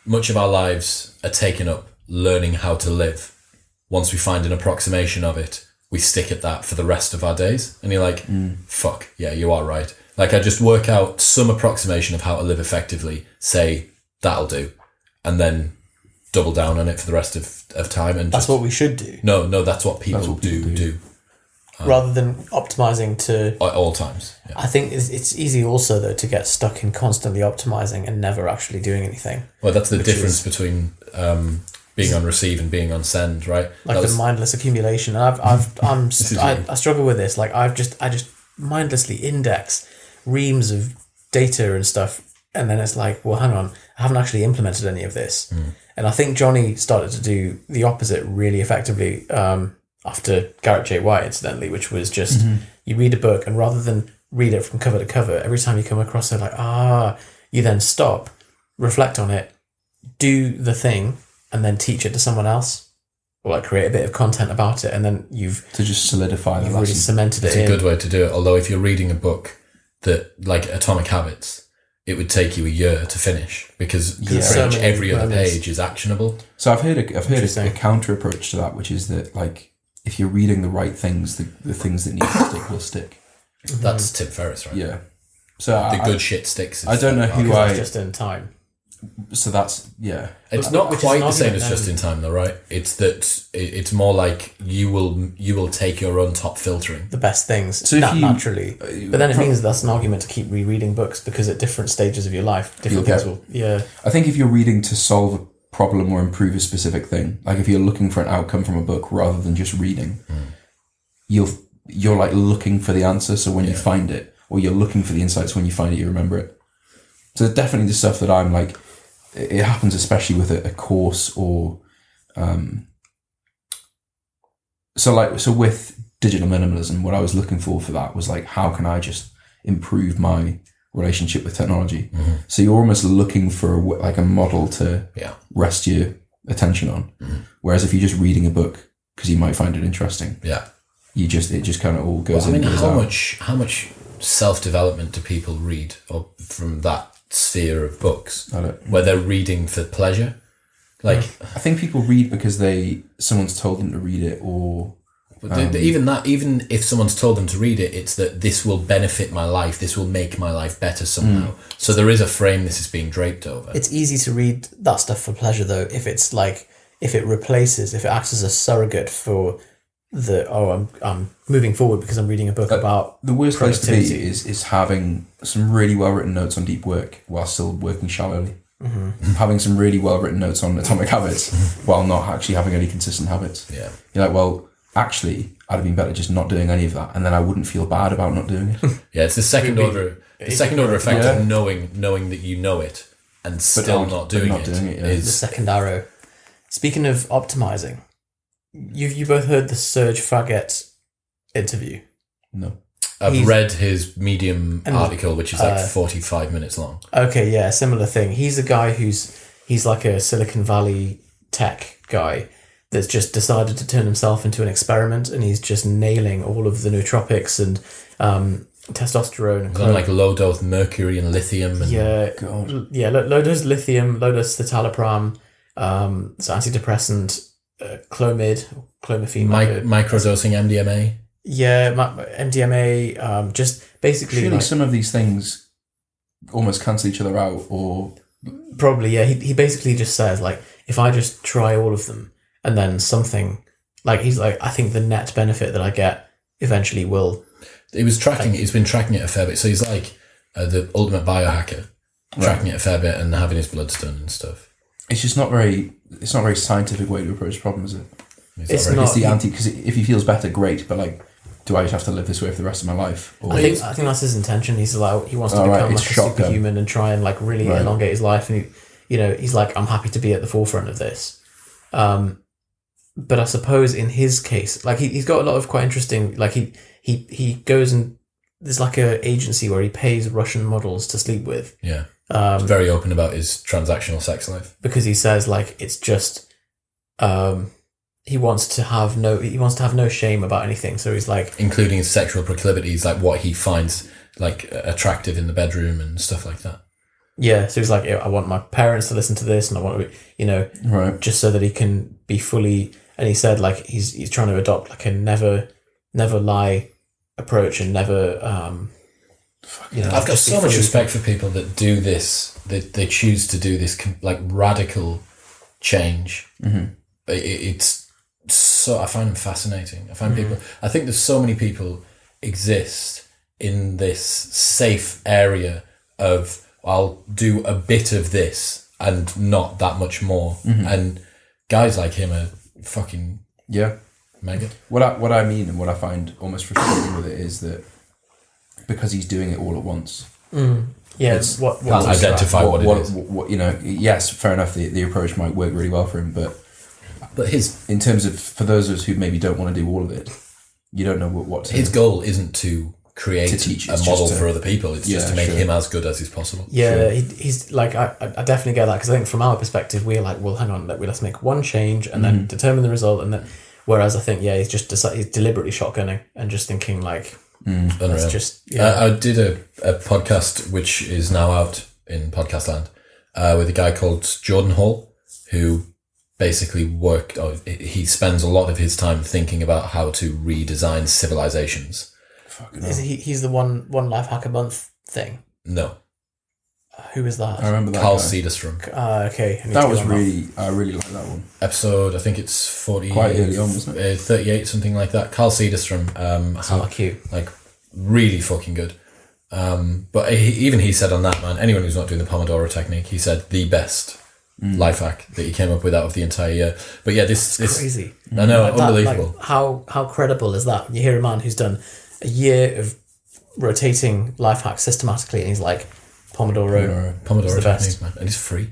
Speaker 1: much of our lives are taken up learning how to live. Once we find an approximation of it, we stick at that for the rest of our days. And you're like,
Speaker 2: Mm.
Speaker 1: fuck, yeah, you are right. Like, I just work out some approximation of how to live effectively, say, that'll do, and then double down on it for the rest of, of time. And
Speaker 3: That's
Speaker 1: just,
Speaker 3: what we should do
Speaker 1: no, no, that's what people,
Speaker 2: what people
Speaker 1: do,
Speaker 2: do.
Speaker 1: do
Speaker 3: rather than optimizing to.
Speaker 1: at all times. Yeah.
Speaker 3: I think it's, it's easy also though to get stuck in constantly optimizing and never actually doing anything,
Speaker 1: Well, that's the difference between um, being on receive and being on send, right? That
Speaker 3: like the
Speaker 1: was-
Speaker 3: mindless accumulation. And I've I've I'm
Speaker 1: is
Speaker 3: I,
Speaker 1: you.
Speaker 3: I struggle with this. Like I've just I just mindlessly index reams of data and stuff, and then it's like, well, hang on, I haven't actually implemented any of this. And I think Johnny started to do the opposite really effectively um, after Garrett J. White, incidentally, which was just you read a book and rather than read it from cover to cover, every time you come across it, like, ah, you then stop, reflect on it, do the thing, and then teach it to someone else. Or like create a bit of content about it, and then you've
Speaker 2: To just solidify the
Speaker 3: you've really
Speaker 2: lesson.
Speaker 3: cemented it
Speaker 1: it's a
Speaker 3: in.
Speaker 1: good way to do it. Although, if you're reading a book that, like Atomic Habits, it would take you a year to finish because pretty
Speaker 3: so
Speaker 1: much
Speaker 3: many
Speaker 1: every other
Speaker 3: moments. Mm-hmm.
Speaker 1: page is actionable.
Speaker 2: So I've heard a, I've heard a,
Speaker 3: Interesting.
Speaker 2: a counter approach to that, which is that like if you're reading the right things, the, the things that need to stick will stick.
Speaker 1: That's Tim Ferriss, right?
Speaker 2: Yeah. So
Speaker 1: The
Speaker 2: I,
Speaker 1: good shit sticks. is-
Speaker 2: I don't know who
Speaker 3: Because
Speaker 2: I
Speaker 3: that's just in time.
Speaker 2: So that's yeah.
Speaker 1: It's not
Speaker 3: Which is
Speaker 1: quite the
Speaker 3: not
Speaker 1: same
Speaker 3: even
Speaker 1: as just
Speaker 3: known.
Speaker 1: in time, though, right? It's that it- it's more like you will you will take your own top filtering.
Speaker 3: the best things
Speaker 2: if
Speaker 3: that
Speaker 2: you-
Speaker 3: naturally. But then it means that's an argument to keep rereading books because at different stages of your life, different
Speaker 2: You'll
Speaker 3: things will. Yeah,
Speaker 2: I think if you're reading to solve a problem or improve a specific thing, like if you're looking for an outcome from a book rather than just reading, you'll you're like looking for the answer. So when you find it, or you're looking for the insights when you find it, you remember it. So definitely the stuff that I'm like, it it happens especially with a, a course or, um, so like so with digital minimalism, what I was looking for for that was like, how can I just improve my relationship with technology?
Speaker 1: Mm-hmm.
Speaker 2: So you're almost looking for a w like a model to
Speaker 1: Yeah.
Speaker 2: rest your attention on.
Speaker 1: Mm-hmm.
Speaker 2: Whereas if you're just reading a book because you might find it interesting,
Speaker 1: Yeah.
Speaker 2: you just it just kind of all goes
Speaker 1: I mean,
Speaker 2: in. goes
Speaker 1: how
Speaker 2: out.
Speaker 1: much how much self development do people read or from that sphere of books
Speaker 2: I, don't-
Speaker 1: where they're reading for pleasure? Like
Speaker 2: I think people read because they someone's told them to read it, or
Speaker 1: but th-
Speaker 2: Um,
Speaker 1: th- even that, even if someone's told them to read it, it's that this will benefit my life. This will make my life better somehow.
Speaker 2: Hmm.
Speaker 1: So there is a frame this is being draped over.
Speaker 3: it's easy to read that stuff for pleasure though if it's like if it replaces if it acts as a surrogate for the oh I'm I'm moving forward because I'm reading a book about
Speaker 2: the worst place to be
Speaker 3: Productivity.
Speaker 2: is is having some really well written notes on deep work while still working shallowly. Having some really well written notes on atomic habits
Speaker 1: Mm-hmm.
Speaker 2: while not actually having any consistent habits.
Speaker 1: yeah.
Speaker 2: You're like, well, actually, I'd have been better just not doing any of that, and then I wouldn't feel bad about not doing it.
Speaker 1: Yeah, it's the second order. The second order effect
Speaker 2: Yeah.
Speaker 1: of knowing knowing that you know it and still
Speaker 2: not-
Speaker 1: not
Speaker 2: but
Speaker 1: doing
Speaker 2: not
Speaker 1: it,
Speaker 2: doing it, yeah.
Speaker 3: the
Speaker 1: is-
Speaker 3: second arrow. Speaking of optimizing, you you both heard the Serge Faget interview.
Speaker 2: No.
Speaker 1: I've
Speaker 3: he's-
Speaker 1: read his Medium
Speaker 3: And,
Speaker 1: article, which is like
Speaker 3: uh,
Speaker 1: forty five minutes long.
Speaker 3: Okay, yeah, similar thing. He's a guy who's he's like a Silicon Valley tech guy that's just decided to turn himself into an experiment, and he's just nailing all of the nootropics and um, testosterone and
Speaker 1: It's on like low dose mercury and lithium and
Speaker 3: yeah,
Speaker 2: God.
Speaker 3: l- yeah. Lo- low dose lithium, low dose citalopram, um, it's antidepressant, uh, clomid, clomiphene,
Speaker 1: mi-
Speaker 3: like a-
Speaker 1: microdosing MDMA.
Speaker 3: yeah, ma- MDMA, um, just basically
Speaker 2: Surely
Speaker 3: like,
Speaker 2: some of these things almost cancel each other out, or
Speaker 3: probably yeah he, he basically just says like if i just try all of them and then something like he's like i think the net benefit that i get eventually will
Speaker 1: He was tracking. He's been tracking it a fair bit. So he's like uh, the ultimate biohacker, tracking it a fair bit and having his bloods done and stuff.
Speaker 2: it's just not very. It's not a very scientific way to approach problems. Is it?
Speaker 3: it's
Speaker 1: already-
Speaker 3: not
Speaker 2: It's the anti because if he feels better, great. But like, do I just have to live this way for the rest of my life? Or
Speaker 3: I think, I think that's his intention he's like he wants to
Speaker 2: All right,
Speaker 3: become
Speaker 2: it's
Speaker 3: like a
Speaker 2: shotgun.
Speaker 3: superhuman and try and like really
Speaker 2: Right.
Speaker 3: elongate his life and he, you know he's like i'm happy to be at the forefront of this um but i suppose in his case like he, he's got a lot of quite interesting like he he he goes and there's like a agency where he pays russian models to sleep with
Speaker 1: Yeah,
Speaker 3: um,
Speaker 1: he's very open about his transactional sex life.
Speaker 3: because he says like it's just um he wants to have no he wants to have no shame about anything so he's like
Speaker 1: including his sexual proclivities, like what he finds like attractive in the bedroom and stuff like that.
Speaker 3: yeah so he's like i want my parents to listen to this and i want to be, you know
Speaker 2: right.
Speaker 3: just so that he can be fully and he said like he's he's trying to adopt like a never never lie approach and never um you know,
Speaker 1: I've got
Speaker 3: just be
Speaker 1: so much
Speaker 3: fully-
Speaker 1: respect for people that do this. That they choose to do this com- like radical change.
Speaker 2: Mm-hmm.
Speaker 1: I- I- it's so I find them fascinating. I find
Speaker 2: Mm-hmm.
Speaker 1: people. I think there's so many people exist in this safe area of I'll do a bit of this and not that much more.
Speaker 2: Mm-hmm.
Speaker 1: And guys like him are fucking
Speaker 2: Yeah.
Speaker 1: mega.
Speaker 2: What I what I mean and what I find almost frustrating with it is that because he's doing it all at once.
Speaker 3: yeah what,
Speaker 1: That's
Speaker 3: what
Speaker 1: identify what, it is.
Speaker 2: what- you know, yes, fair enough. The, the approach might work really well for him, but
Speaker 1: But his
Speaker 2: in terms of for those of us who maybe don't want to do all of it, you don't know what what to
Speaker 1: his goal isn't to create
Speaker 2: To teach,
Speaker 1: a
Speaker 2: it's
Speaker 1: model
Speaker 2: just to-
Speaker 1: for other people. It's just
Speaker 2: Yeah,
Speaker 1: to make
Speaker 2: sure.
Speaker 1: him as good as is possible.
Speaker 3: Yeah, he, he's like I, I I definitely get that because I think from our perspective we're like, well, hang on, let, let's make one change and
Speaker 2: Mm-hmm.
Speaker 3: then determine the result, and then whereas I think yeah, he's just deci- he's deliberately shotgunning and just thinking like
Speaker 1: Unreal.
Speaker 3: it's just yeah,
Speaker 1: Uh, I, I did a, a podcast which is now out in podcast land uh, with a guy called Jordan Hall, who basically worked, or he- he spends a lot of his time thinking about how to redesign civilizations.
Speaker 2: Fucking
Speaker 3: Is
Speaker 2: hell.
Speaker 3: he, he's the one one life hack a month thing.
Speaker 1: No.
Speaker 3: Who is that?
Speaker 2: I remember that.
Speaker 1: Carl
Speaker 2: guy.
Speaker 1: Cedarstrom.
Speaker 3: Ah, okay. I need to
Speaker 2: That
Speaker 3: go
Speaker 2: was
Speaker 3: on that.
Speaker 2: really. I really like that one.
Speaker 1: Episode, I think it's 40.
Speaker 2: Quite early on, wasn't
Speaker 1: Uh, 38, something like that. Carl Cedarstrom. Um,
Speaker 3: That's not cute.
Speaker 1: like really fucking good. Um, but he, even he said on that man, anyone who's not doing the Pomodoro technique, he said the best life hack that he came up with out of the entire year. But yeah, this this
Speaker 3: Crazy.
Speaker 1: I
Speaker 2: uh,
Speaker 1: know,
Speaker 3: That, like,
Speaker 1: unbelievable.
Speaker 3: how how credible is that? When you hear a man who's done a year of rotating life hacks systematically, and he's like Pomodoro.
Speaker 1: Pomodoro
Speaker 3: the best.
Speaker 1: technique, man, and it's free.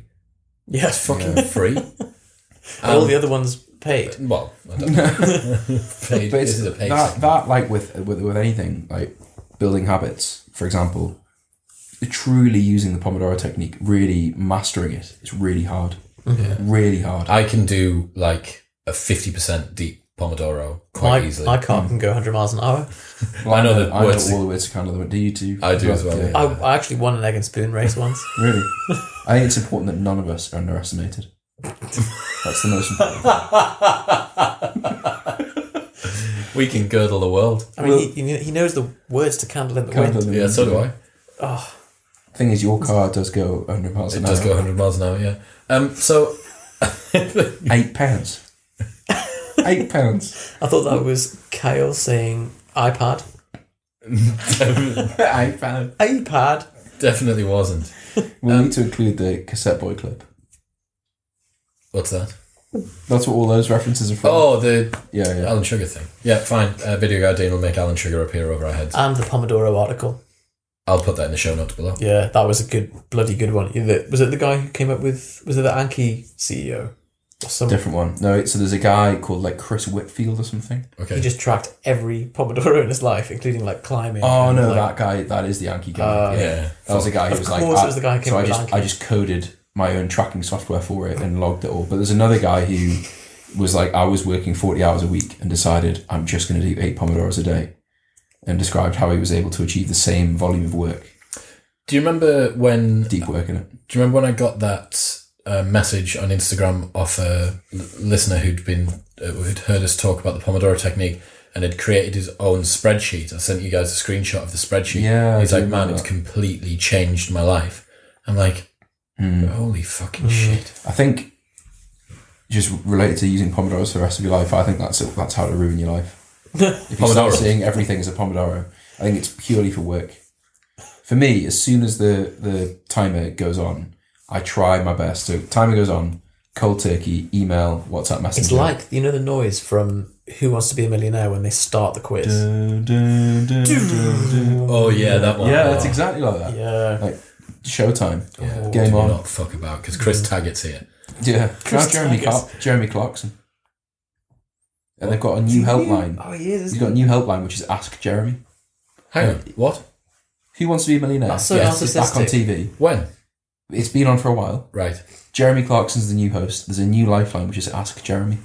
Speaker 3: Yeah,
Speaker 1: It's fucking free.
Speaker 2: Um,
Speaker 3: all the other ones paid.
Speaker 1: Um, Well, I don't know. paid,
Speaker 2: But
Speaker 1: this
Speaker 2: it's
Speaker 1: is a paid
Speaker 2: that
Speaker 1: thing.
Speaker 2: that like with with with anything like building habits, for example, truly using the Pomodoro technique, really mastering it, it's really hard. Really hard.
Speaker 1: I can do like a fifty percent deep Pomodoro quite
Speaker 3: My,
Speaker 1: easily.
Speaker 3: my car can go 100 miles an hour.
Speaker 2: Well,
Speaker 1: I know the
Speaker 2: I know
Speaker 1: words-
Speaker 2: all the words to kind of the do you too?
Speaker 1: I do as well, yeah.
Speaker 3: I, I actually won an egg and spoon race once.
Speaker 2: Really, I think it's important that none of us are underestimated. That's the most important. thing.
Speaker 1: we can girdle the world.
Speaker 3: I mean, he, he- he knows the words to "Candle in the
Speaker 2: Kind
Speaker 3: Wind."
Speaker 2: of the-
Speaker 1: Yeah, so do I.
Speaker 2: Thing is, your car does go 100 miles
Speaker 1: It
Speaker 2: an
Speaker 1: does
Speaker 2: hour.
Speaker 1: go hundred miles an hour. Yeah. Um. So
Speaker 2: Eight pounds. Eight pounds.
Speaker 3: I thought that was Kyle saying iPad.
Speaker 2: Eight pounds.
Speaker 3: iPad.
Speaker 1: definitely wasn't.
Speaker 2: We'll need to include the cassette boy clip.
Speaker 1: What's that?
Speaker 2: That's what all those references are from.
Speaker 1: Oh, the
Speaker 2: Yeah, yeah.
Speaker 1: Alan Sugar thing. Yeah, fine. Uh, Video Guard Dean will make Alan Sugar appear over our heads.
Speaker 3: And the Pomodoro article.
Speaker 1: I'll put that in the show notes below.
Speaker 3: Yeah, that was a good, bloody good one. Yeah, the- Was it the guy who came up with? Was it the Anki CEO? Or some,
Speaker 2: Different one. No, it- so there's a guy called like Chris Whitfield or something.
Speaker 1: Okay.
Speaker 3: he just tracked every Pomodoro in his life, including like climbing.
Speaker 2: Oh
Speaker 3: and,
Speaker 2: no,
Speaker 3: like,
Speaker 2: that guy. That is the Yankee guy.
Speaker 3: Uh,
Speaker 1: yeah.
Speaker 2: that was the guy who
Speaker 3: Of
Speaker 2: was like. "Ah,
Speaker 3: course it
Speaker 2: I-
Speaker 3: was the guy who came
Speaker 2: so I
Speaker 3: up with
Speaker 2: just
Speaker 3: Yankee.
Speaker 2: I just coded my own tracking software for it and logged it all. But there's another guy who was like, I was working 40 hours a week and decided I'm just going to do eight pomodoros a day, and described how he was able to achieve the same volume of work,
Speaker 1: Do you remember when? Do
Speaker 2: deep work in it.
Speaker 1: you remember when I got that uh, message on Instagram off a l- listener who'd been uh, who'd heard us talk about the Pomodoro technique and had created his own spreadsheet? I sent you guys a screenshot of the spreadsheet.
Speaker 2: Yeah, I
Speaker 1: He's
Speaker 2: do
Speaker 1: like, man,
Speaker 2: remember
Speaker 1: it's
Speaker 2: that."
Speaker 1: completely changed my life. I'm like,
Speaker 2: Hmm.
Speaker 1: holy fucking shit.
Speaker 2: I think just related to using pomodoros for the rest of your life, I think that's that's how to ruin your life. if you start
Speaker 1: Pomodoros.
Speaker 2: seeing everything as a pomodoro, I think it's purely for work. For me, as soon as the the timer goes on, I try my best. So timer goes on, cold turkey, email, WhatsApp messenger.
Speaker 3: It's like you know the noise from Who Wants to Be a Millionaire when they start the quiz.
Speaker 2: Dun, dun, dun, dun, dun.
Speaker 1: Oh yeah, that one.
Speaker 2: yeah,
Speaker 1: Oh,
Speaker 2: that's exactly like that.
Speaker 3: Yeah,
Speaker 2: Like showtime,
Speaker 1: yeah.
Speaker 2: game
Speaker 1: Do
Speaker 2: on.
Speaker 1: not fuck about because
Speaker 2: Mm.
Speaker 1: Chris Taggart's here.
Speaker 2: Yeah, now
Speaker 3: Chris
Speaker 2: Jeremy
Speaker 3: Tigers.
Speaker 2: Clark, Jeremy Clarkson, and they've got a new helpline.
Speaker 3: Oh, he is.
Speaker 2: He's got a new helpline, which is Ask Jeremy.
Speaker 1: Hang on, what?
Speaker 2: Who wants to be a millionaire?
Speaker 3: That's so
Speaker 2: it's back on
Speaker 3: narcissistic.
Speaker 2: TV.
Speaker 1: When?
Speaker 2: It's been on for a while.
Speaker 1: Right.
Speaker 2: Jeremy Clarkson's the new host. There's a new lifeline, which is Ask Jeremy.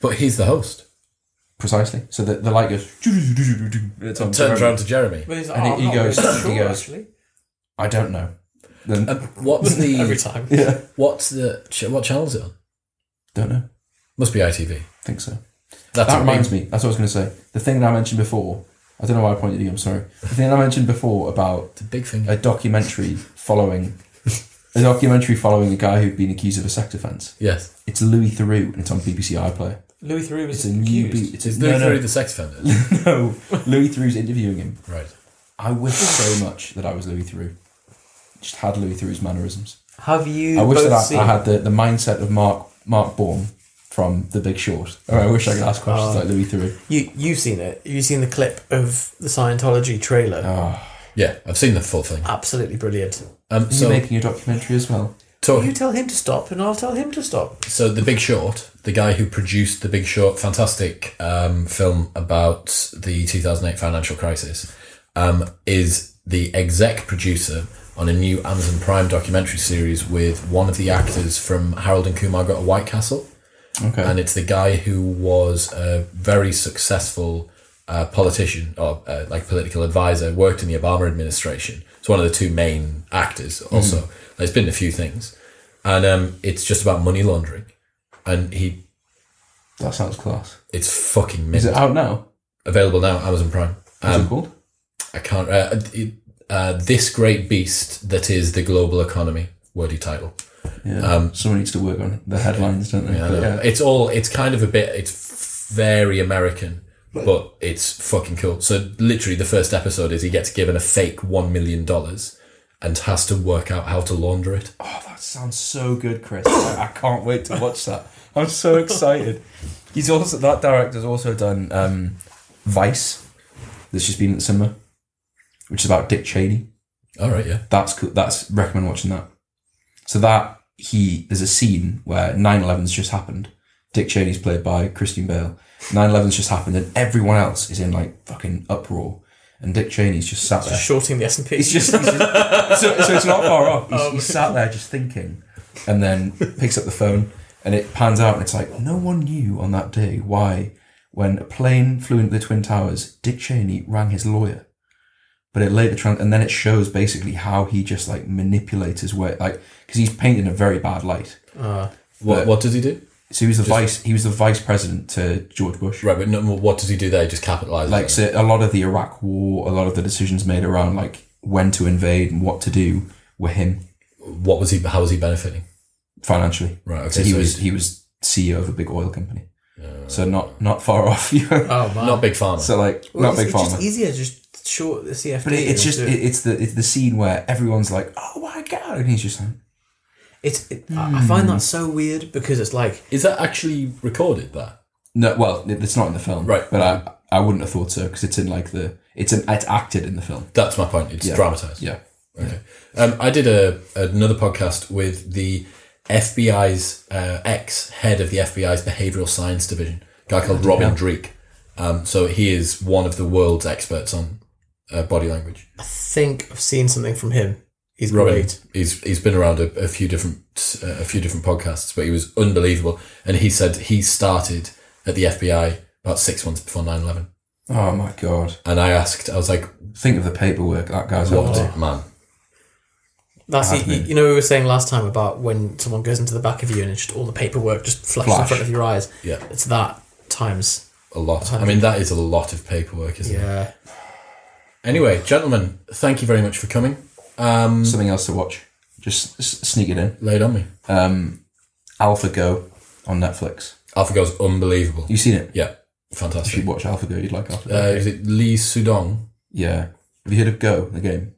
Speaker 1: But he's the host.
Speaker 2: Precisely. So the, the light goes. and It's on
Speaker 1: Turns
Speaker 2: Jeremy.
Speaker 1: around to Jeremy.
Speaker 3: But he's like,
Speaker 2: And he-
Speaker 3: "Oh, I'm
Speaker 2: he
Speaker 3: not
Speaker 2: goes-
Speaker 3: really
Speaker 2: he
Speaker 3: sure,
Speaker 2: goes-
Speaker 3: actually."
Speaker 2: I don't know. Then
Speaker 1: Um, what's the
Speaker 3: every time.
Speaker 2: yeah,
Speaker 1: what's the ch- what channel is it on?
Speaker 2: don't know.
Speaker 1: Must be ITV.
Speaker 2: Think so.
Speaker 1: That's
Speaker 2: that reminds me. That's what I was going to say. The thing that I mentioned before. I don't know why I pointed at you. I'm sorry. The thing that I mentioned before about
Speaker 1: It's a big thing.
Speaker 2: a documentary following a documentary following a guy who'd been accused of a sex offence.
Speaker 1: yes.
Speaker 2: It's Louis Theroux, and it's on BBC iPlayer.
Speaker 3: Louis Theroux was
Speaker 2: It's a new.
Speaker 3: accused.
Speaker 2: B- it's a
Speaker 1: Is
Speaker 2: no,
Speaker 1: Louis
Speaker 2: no,
Speaker 1: Theroux the sex offender?
Speaker 2: No, Oh, Louis Theroux's interviewing him.
Speaker 1: right.
Speaker 2: I wish so much that I was Louis Theroux. Just had Louis Theroux's mannerisms.
Speaker 3: Have you
Speaker 2: I wish
Speaker 3: both
Speaker 2: that I,
Speaker 3: seen?
Speaker 2: I had the, the mindset of Mark Mark Baum from The Big Short. Or I wish I could ask questions
Speaker 1: Ah.
Speaker 2: like Louis Theroux.
Speaker 3: You you've seen it. You've seen the clip of the Scientology trailer.
Speaker 1: Yeah, I've seen the full thing.
Speaker 3: Absolutely brilliant.
Speaker 1: Um,
Speaker 2: Ah. Are you
Speaker 1: so,
Speaker 2: making a documentary as well?
Speaker 1: talk,
Speaker 3: You tell him to stop, and I'll tell him to stop.
Speaker 1: so the Big Short, the guy who produced the Big Short, fantastic um, film about the 2008 financial crisis, um, is the exec producer on a new Amazon Prime documentary series with one of the actors from Harold and Kumar Go to White Castle.
Speaker 2: Okay.
Speaker 1: and it's the guy who was a very successful uh, politician or uh, like political advisor, worked in the Obama administration. It's one of the two main actors. Also, there's been a few things, and um, it's just about money laundering, and he
Speaker 2: that sounds class.
Speaker 1: it's fucking mint.
Speaker 2: Is it out now?
Speaker 1: available now Amazon Prime.
Speaker 2: What's
Speaker 1: Um,
Speaker 2: it called?
Speaker 1: I can't. Uh, it, uh, This Great Beast That Is the Global Economy, wordy title.
Speaker 2: Yeah. Someone needs to work on the headlines, don't they?
Speaker 1: um, I don't
Speaker 2: But
Speaker 1: know. It's all, it's kind of a bit, it's very American, but it's fucking cool. So literally the first episode is he gets given a fake $1 million and has to work out how to launder it.
Speaker 2: Oh, that sounds so good, Chris. I I can't wait to watch that. I'm so excited. He's also that director's also done um, Vice, that's just been at the cinema, which is about Dick Cheney.
Speaker 1: All right, yeah.
Speaker 2: That's cool. That's recommend watching that. So that he there's a scene where 9/11's just happened. Dick Cheney's played by Christine Bale. 9/11's just happened, and everyone else is in like fucking uproar, and Dick Cheney's just sat there.
Speaker 3: Shorting the S and P.
Speaker 2: He's just, he's just- so, so it's not far off. He's, he's sat there just thinking, and then picks up the phone, and it pans out, and it's like no one knew on that day why, when a plane flew into the twin towers, Dick Cheney rang his lawyer, but it later trans- and then it shows basically how he just like manipulates his way, like because he's painted in a very bad light.
Speaker 1: What, what does he do?
Speaker 2: So he was the vice, he was the vice president to George Bush.
Speaker 1: Right, but no, what does he do there? He Just capitalize.
Speaker 2: like so a lot of the Iraq War, a lot of the decisions made around like when to invade and what to do were him.
Speaker 1: what was he? How was he benefiting?
Speaker 2: financially.
Speaker 1: Right, okay,
Speaker 2: So he
Speaker 1: so
Speaker 2: was
Speaker 1: he's-
Speaker 2: he was CEO of a big oil company. so not not far off. You know?
Speaker 3: oh man.
Speaker 1: Not big farmer.
Speaker 2: so like
Speaker 4: Well,
Speaker 2: not
Speaker 4: it's,
Speaker 2: big
Speaker 4: it's
Speaker 2: pharma.
Speaker 4: just easier, just short the CFD.
Speaker 2: But it, it's just
Speaker 4: and
Speaker 2: it,
Speaker 4: do it.
Speaker 2: it's the it's the scene where everyone's like, oh my god, and he's just like,
Speaker 4: it's. It, I I find
Speaker 2: Hmm.
Speaker 4: that so weird because it's like
Speaker 1: Is that actually recorded? That
Speaker 2: no, well, it- it's not in the film,
Speaker 1: Right.
Speaker 2: But I I wouldn't have thought so because it's in like the it's an it's acted in the film.
Speaker 1: that's my point. It's dramatized.
Speaker 2: Yeah,
Speaker 1: Okay. Um, I did a another podcast with the FBI's uh, ex head of the FBI's behavioral science division, a guy called Robin Dreek. Um, so he is one of the world's experts on uh, body language.
Speaker 3: I think I've seen something from him. He's
Speaker 1: Robin,
Speaker 3: great.
Speaker 1: he's he's been around a, a few different uh, a few different podcasts, but he was unbelievable. And he said he started at the FBI about six months before 9-11.
Speaker 2: Oh my god!
Speaker 1: And I asked, I was like,
Speaker 2: Think of the paperwork that guy's up
Speaker 1: "What
Speaker 2: to.
Speaker 1: man?"
Speaker 3: That's you,
Speaker 2: Admin.
Speaker 3: you know we were saying last time about when someone goes into the back of you and it's just all the paperwork just flashes in
Speaker 2: Flash.
Speaker 3: front of your eyes.
Speaker 1: Yeah.
Speaker 3: It's that times.
Speaker 1: A lot. I mean, that is a lot of paperwork, isn't it?
Speaker 3: Yeah.
Speaker 1: Anyway, gentlemen, thank you very much for coming.
Speaker 2: Something else to watch. Just s- sneak it in.
Speaker 1: Lay it on me.
Speaker 2: AlphaGo on Netflix.
Speaker 1: AlphaGo's unbelievable.
Speaker 2: You seen it?
Speaker 1: Yeah,
Speaker 2: You
Speaker 1: fantastic.
Speaker 2: should watch AlphaGo. You'd like AlphaGo.
Speaker 1: Uh, is it Lee Sudong?
Speaker 2: Yeah. Have you heard of Go, the game?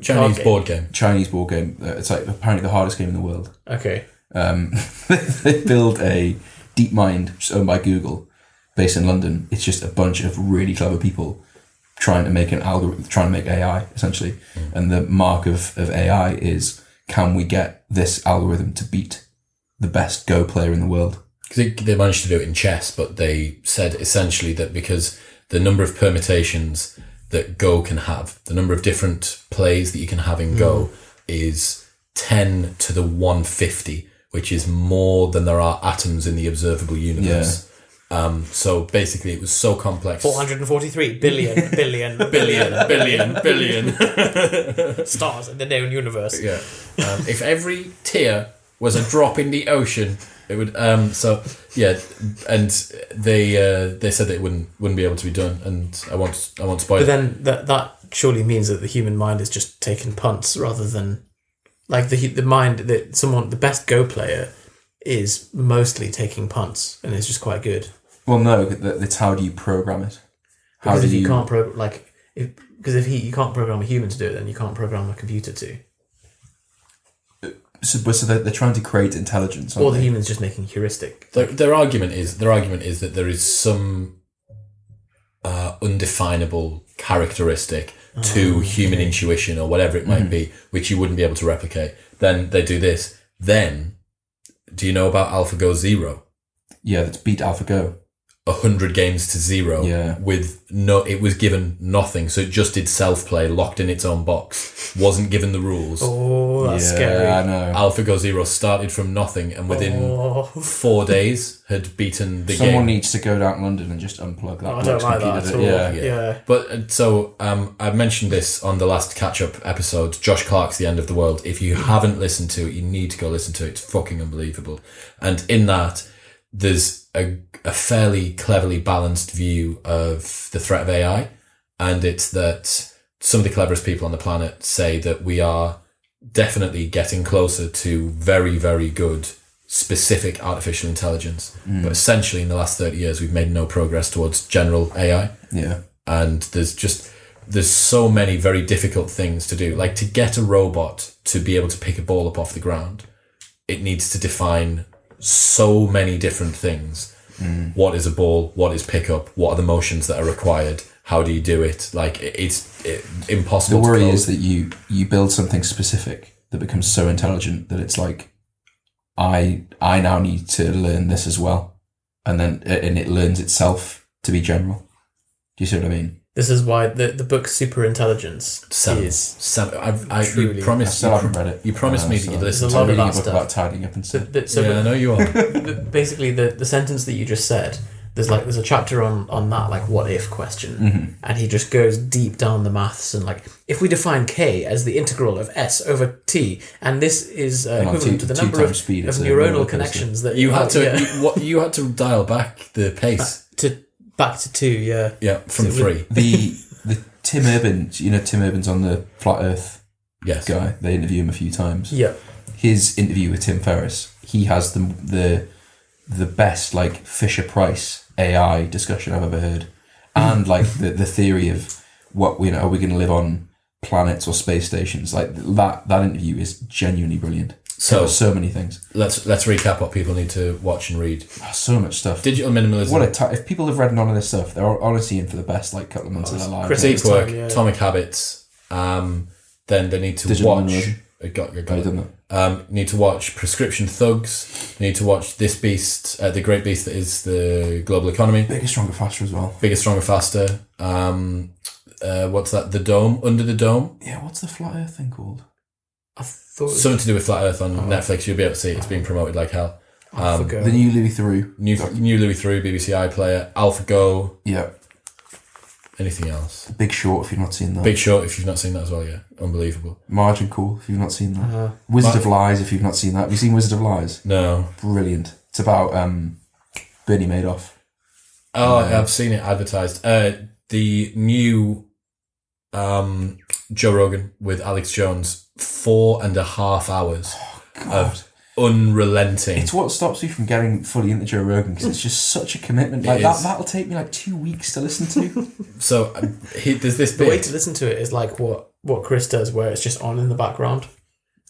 Speaker 1: Chinese
Speaker 3: Okay.
Speaker 1: board game.
Speaker 2: Chinese board game. uh, It's like apparently the hardest game in the world.
Speaker 3: Okay.
Speaker 2: Um, they build a deep mind which is owned by Google, based in London. It's just a bunch of really clever people trying to make an algorithm, trying to make AI essentially.
Speaker 3: Mm.
Speaker 2: And the mark of, of AI is can we get this algorithm to beat the best Go player in the world?
Speaker 1: 'Cause They, they managed to do it in chess, but they said essentially that because the number of permutations that Go can have, the number of different plays that you can have in Go is 10 to the 150, which is more than there are atoms in the observable universe. Um, so basically, it was so complex.
Speaker 3: 443 billion, billion,
Speaker 1: billion, billion, billion.
Speaker 3: stars in the known universe.
Speaker 1: Yeah. Um, if every tear was a drop in the ocean, it would. Um, so yeah, and they uh, they said that it wouldn't wouldn't be able to be done, and I want I want to buy
Speaker 3: But
Speaker 1: it.
Speaker 3: then that that surely means that the human mind is just taking punts rather than like the hu- the mind that someone the best go player is mostly taking punts and is just quite good.
Speaker 2: Well, no, th- it's how do you program it? How
Speaker 3: Because
Speaker 2: do
Speaker 3: if you, can't program like if because if he you can't program a human to do it, then you can't program a computer to.
Speaker 2: So, but so they're, they're trying to create intelligence. aren't
Speaker 3: Or the
Speaker 2: they?
Speaker 3: human's just making heuristic.
Speaker 1: Their, their argument is their argument is that there is some uh, undefinable characteristic
Speaker 3: Ah,
Speaker 1: to human intuition or whatever it might
Speaker 3: Mm-hmm.
Speaker 1: be, which you wouldn't be able to replicate. Then they do this. Then, do you know about AlphaGo Zero?
Speaker 2: yeah, that's beat AlphaGo.
Speaker 1: 100 games to zero
Speaker 2: Yeah.
Speaker 1: with no it was given nothing so it just did self-play locked in its own box wasn't given the rules
Speaker 3: Oh, that's
Speaker 2: yeah,
Speaker 3: scary.
Speaker 2: I know.
Speaker 1: alphago zero started from nothing and within
Speaker 3: Oh.
Speaker 1: four days had beaten the
Speaker 2: Someone
Speaker 1: game
Speaker 2: needs to go down to London and just unplug that.
Speaker 3: Oh, I don't
Speaker 2: bloke's
Speaker 3: like that at all.
Speaker 2: computer that-
Speaker 3: Yeah.
Speaker 1: but uh, so um, I mentioned this on the last catch-up episode. Josh Clark's "The End of the World." If you haven't listened to it, you need to go listen to it. It's fucking unbelievable. And in that, there's a, a fairly cleverly balanced view of the threat of AI, and it's that some of the cleverest people on the planet say that we are definitely getting closer to very, very good specific artificial intelligence. But essentially, in the last 30 years, we've made no progress towards general AI.
Speaker 2: Yeah.
Speaker 1: And there's just, there's so many very difficult things to do. Like to get a robot to be able to pick a ball up off the ground, it needs to define so many different things.
Speaker 3: Mm.
Speaker 1: What is a ball? What is pickup? What are the motions that are required? How do you do it? Like it, it's it,
Speaker 2: The
Speaker 1: impossible.
Speaker 2: worry
Speaker 1: to code.
Speaker 2: is that you you build something specific that becomes so intelligent that it's like, I I now need to learn this as well, and then and it learns itself to be general. Do you see what I mean?
Speaker 3: This is why the, the book Superintelligence
Speaker 1: Seven.
Speaker 3: is.
Speaker 1: Seven. I, I, you
Speaker 3: Truly.
Speaker 2: I
Speaker 1: promised.
Speaker 2: still
Speaker 1: You,
Speaker 2: haven't read it. Uh,
Speaker 1: you promised me that you'd listen
Speaker 3: There's
Speaker 1: to
Speaker 3: a
Speaker 2: I'm
Speaker 3: lot of
Speaker 2: reading
Speaker 3: that
Speaker 2: a book
Speaker 3: stuff.
Speaker 2: about tidying up and
Speaker 3: So,
Speaker 2: stuff.
Speaker 3: that, so
Speaker 1: yeah, I know you are.
Speaker 3: but basically the, the sentence that you just said there's like there's a chapter on on that like what if question
Speaker 2: Mm. Mm-hmm.
Speaker 3: and he just goes deep down the maths and like if we define k as the integral of s over t and this is uh,
Speaker 2: on
Speaker 3: equivalent
Speaker 2: two-
Speaker 3: to the
Speaker 2: two
Speaker 3: number of,
Speaker 2: times speed,
Speaker 3: of
Speaker 2: it's a roller
Speaker 3: neuronal
Speaker 2: coaster.
Speaker 3: connections that
Speaker 1: You had to.
Speaker 3: yeah,
Speaker 1: You, what you had to dial back the pace.
Speaker 3: to back to two yeah
Speaker 1: Yeah, from
Speaker 3: So
Speaker 1: three.
Speaker 2: the the Tim Urban, you know Tim Urban's on the uh, Flat Earth
Speaker 1: Yes.
Speaker 2: guy. They interview him a few times.
Speaker 3: yeah
Speaker 2: His interview with Tim Ferriss, he has the the the best like Fisher Price AI discussion I've ever heard, and like the the theory of what you know are we going to live on planets or space stations like that that interview is genuinely brilliant
Speaker 1: So
Speaker 2: Covers so many things
Speaker 1: let's let's recap what people need to watch and read.
Speaker 2: Oh, so much stuff
Speaker 1: Digital minimalism.
Speaker 2: what a ti if people have read none of this stuff they're honestly in for the best like couple of months of their lives
Speaker 3: Chris-
Speaker 1: deep
Speaker 3: Time,
Speaker 1: work,
Speaker 3: yeah.
Speaker 1: atomic habits. Um, then they need to
Speaker 2: Digital
Speaker 1: watch.
Speaker 2: Minimalism.
Speaker 1: I got, I got it.
Speaker 2: Have you done that?
Speaker 1: Um, need to watch Prescription Thugs. Need to watch this beast, uh, the great beast that is the global economy.
Speaker 2: bigger stronger faster as well
Speaker 1: Bigger, stronger, faster. Um, uh, what's that? The dome, under the dome.
Speaker 2: yeah what's the flat earth thing called
Speaker 3: i thought
Speaker 1: Something to do with flat Earth
Speaker 2: Oh.
Speaker 1: on Netflix. You'll be able to see it. It's been promoted like hell.
Speaker 3: I forgot.
Speaker 2: The new Louis Theroux.
Speaker 1: New, new Louis Through, BBC iPlayer, AlphaGo.
Speaker 2: Yeah.
Speaker 1: Anything else?
Speaker 2: The Big Short, if you've not seen that.
Speaker 1: Big Short. If you've not seen that as well, yeah, unbelievable.
Speaker 2: Margin Call, if you've not seen that.
Speaker 3: Uh,
Speaker 2: Wizard of Lies, if you've not seen that. Have you seen Wizard of Lies?
Speaker 1: No.
Speaker 2: Brilliant. It's about um, Bernie Madoff.
Speaker 1: Oh, I've seen it advertised. Uh, the new um, Joe Rogan with Alex Jones, four and a half hours
Speaker 2: God.
Speaker 1: of unrelenting.
Speaker 2: It's what stops me from getting fully into Joe Rogan because it's just such a commitment.
Speaker 1: It
Speaker 2: Like
Speaker 1: is.
Speaker 2: that, that'll take me like two weeks to listen to.
Speaker 1: so uh, he, there's this
Speaker 3: the way
Speaker 1: bit.
Speaker 3: to listen to it is like what what chris does where it's just on in the background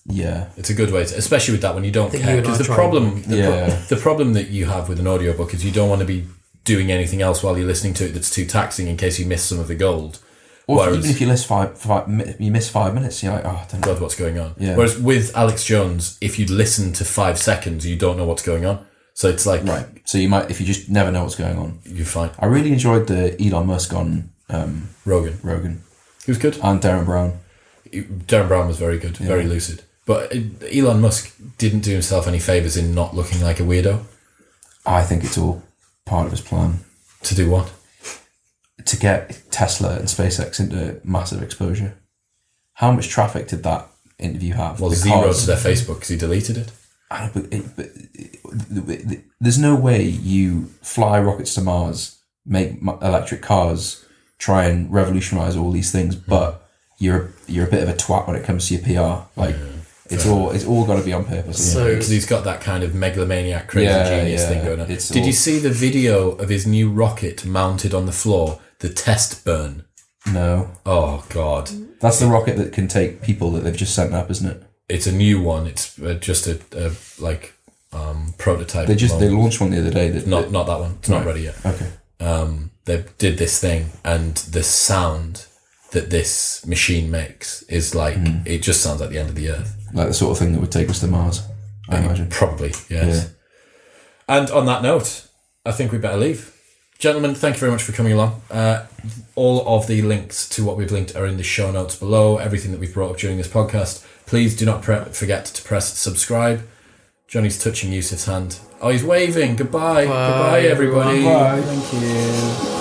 Speaker 2: yeah.
Speaker 1: It's a good way, to, especially with that when you don't
Speaker 3: think
Speaker 1: care.
Speaker 3: you and
Speaker 1: Because
Speaker 3: I
Speaker 1: the
Speaker 3: tried
Speaker 1: problem, the, pro-
Speaker 2: Yeah.
Speaker 1: the problem that you have with an audiobook is you don't want to be doing anything else while you're listening to it that's too taxing in case you miss some of the gold.
Speaker 2: Or if-
Speaker 1: Whereas-
Speaker 2: even if you list five, five, mi- you miss five minutes, you're like, oh, I don't know.
Speaker 1: God, what's going on?
Speaker 2: Yeah.
Speaker 1: Whereas with Alex Jones, if you listen to five seconds, you don't know what's going on. So it's like
Speaker 2: Right. So you might, if you just never know what's going on.
Speaker 1: you're fine.
Speaker 2: I really enjoyed the Elon Musk on um,
Speaker 1: Rogan.
Speaker 2: Rogan
Speaker 1: He was good.
Speaker 2: and Darren Brown.
Speaker 1: Darren Brown was very good, very lucid. But uh, Elon Musk didn't do himself any favours in not looking like a weirdo.
Speaker 2: I think it's all part of his plan.
Speaker 1: To do what?
Speaker 2: to get Tesla and SpaceX into massive exposure. How much traffic did that interview have?
Speaker 1: Well, zero to their Facebook because he deleted it.
Speaker 2: I don't- but it- but it- there's no way you fly rockets to Mars, make m- electric cars, try and revolutionize all these
Speaker 1: Hmm.
Speaker 2: things, but you're you're a bit of a twat when it comes to your PR. Like it's all it's all got to be on purpose. isn't it?
Speaker 3: So-
Speaker 1: Because he's got that kind of megalomaniac, crazy
Speaker 2: Yeah,
Speaker 1: genius
Speaker 2: yeah,
Speaker 1: thing going on.
Speaker 2: it's
Speaker 1: Did
Speaker 2: all-
Speaker 1: you see the video of his new rocket mounted on the floor? The test burn.
Speaker 2: No,
Speaker 1: Oh God!
Speaker 2: that's the rocket that can take people that they've just sent up, isn't it?
Speaker 1: It's a new one. It's uh, just a, a like um, prototype.
Speaker 2: They just they
Speaker 1: moment.
Speaker 2: launched one the other day. That
Speaker 1: not not that one. It's not ready yet.
Speaker 2: okay.
Speaker 1: um, they did this thing, and the sound that this machine makes is like
Speaker 2: Hmm.
Speaker 1: it just sounds like the end of the earth.
Speaker 2: like the sort of thing that would take us to Mars. I imagine.
Speaker 1: Probably, yes. And on that note, I think we better leave. Gentlemen, thank you very much for coming along. Uh, all of the links to what we've linked are in the show notes below, everything that we've brought up during this podcast. Please do not pre- forget to press subscribe. Johnny's touching Yusuf's hand. Oh, he's waving. Goodbye. Goodbye, everybody.
Speaker 2: Bye. Thank you.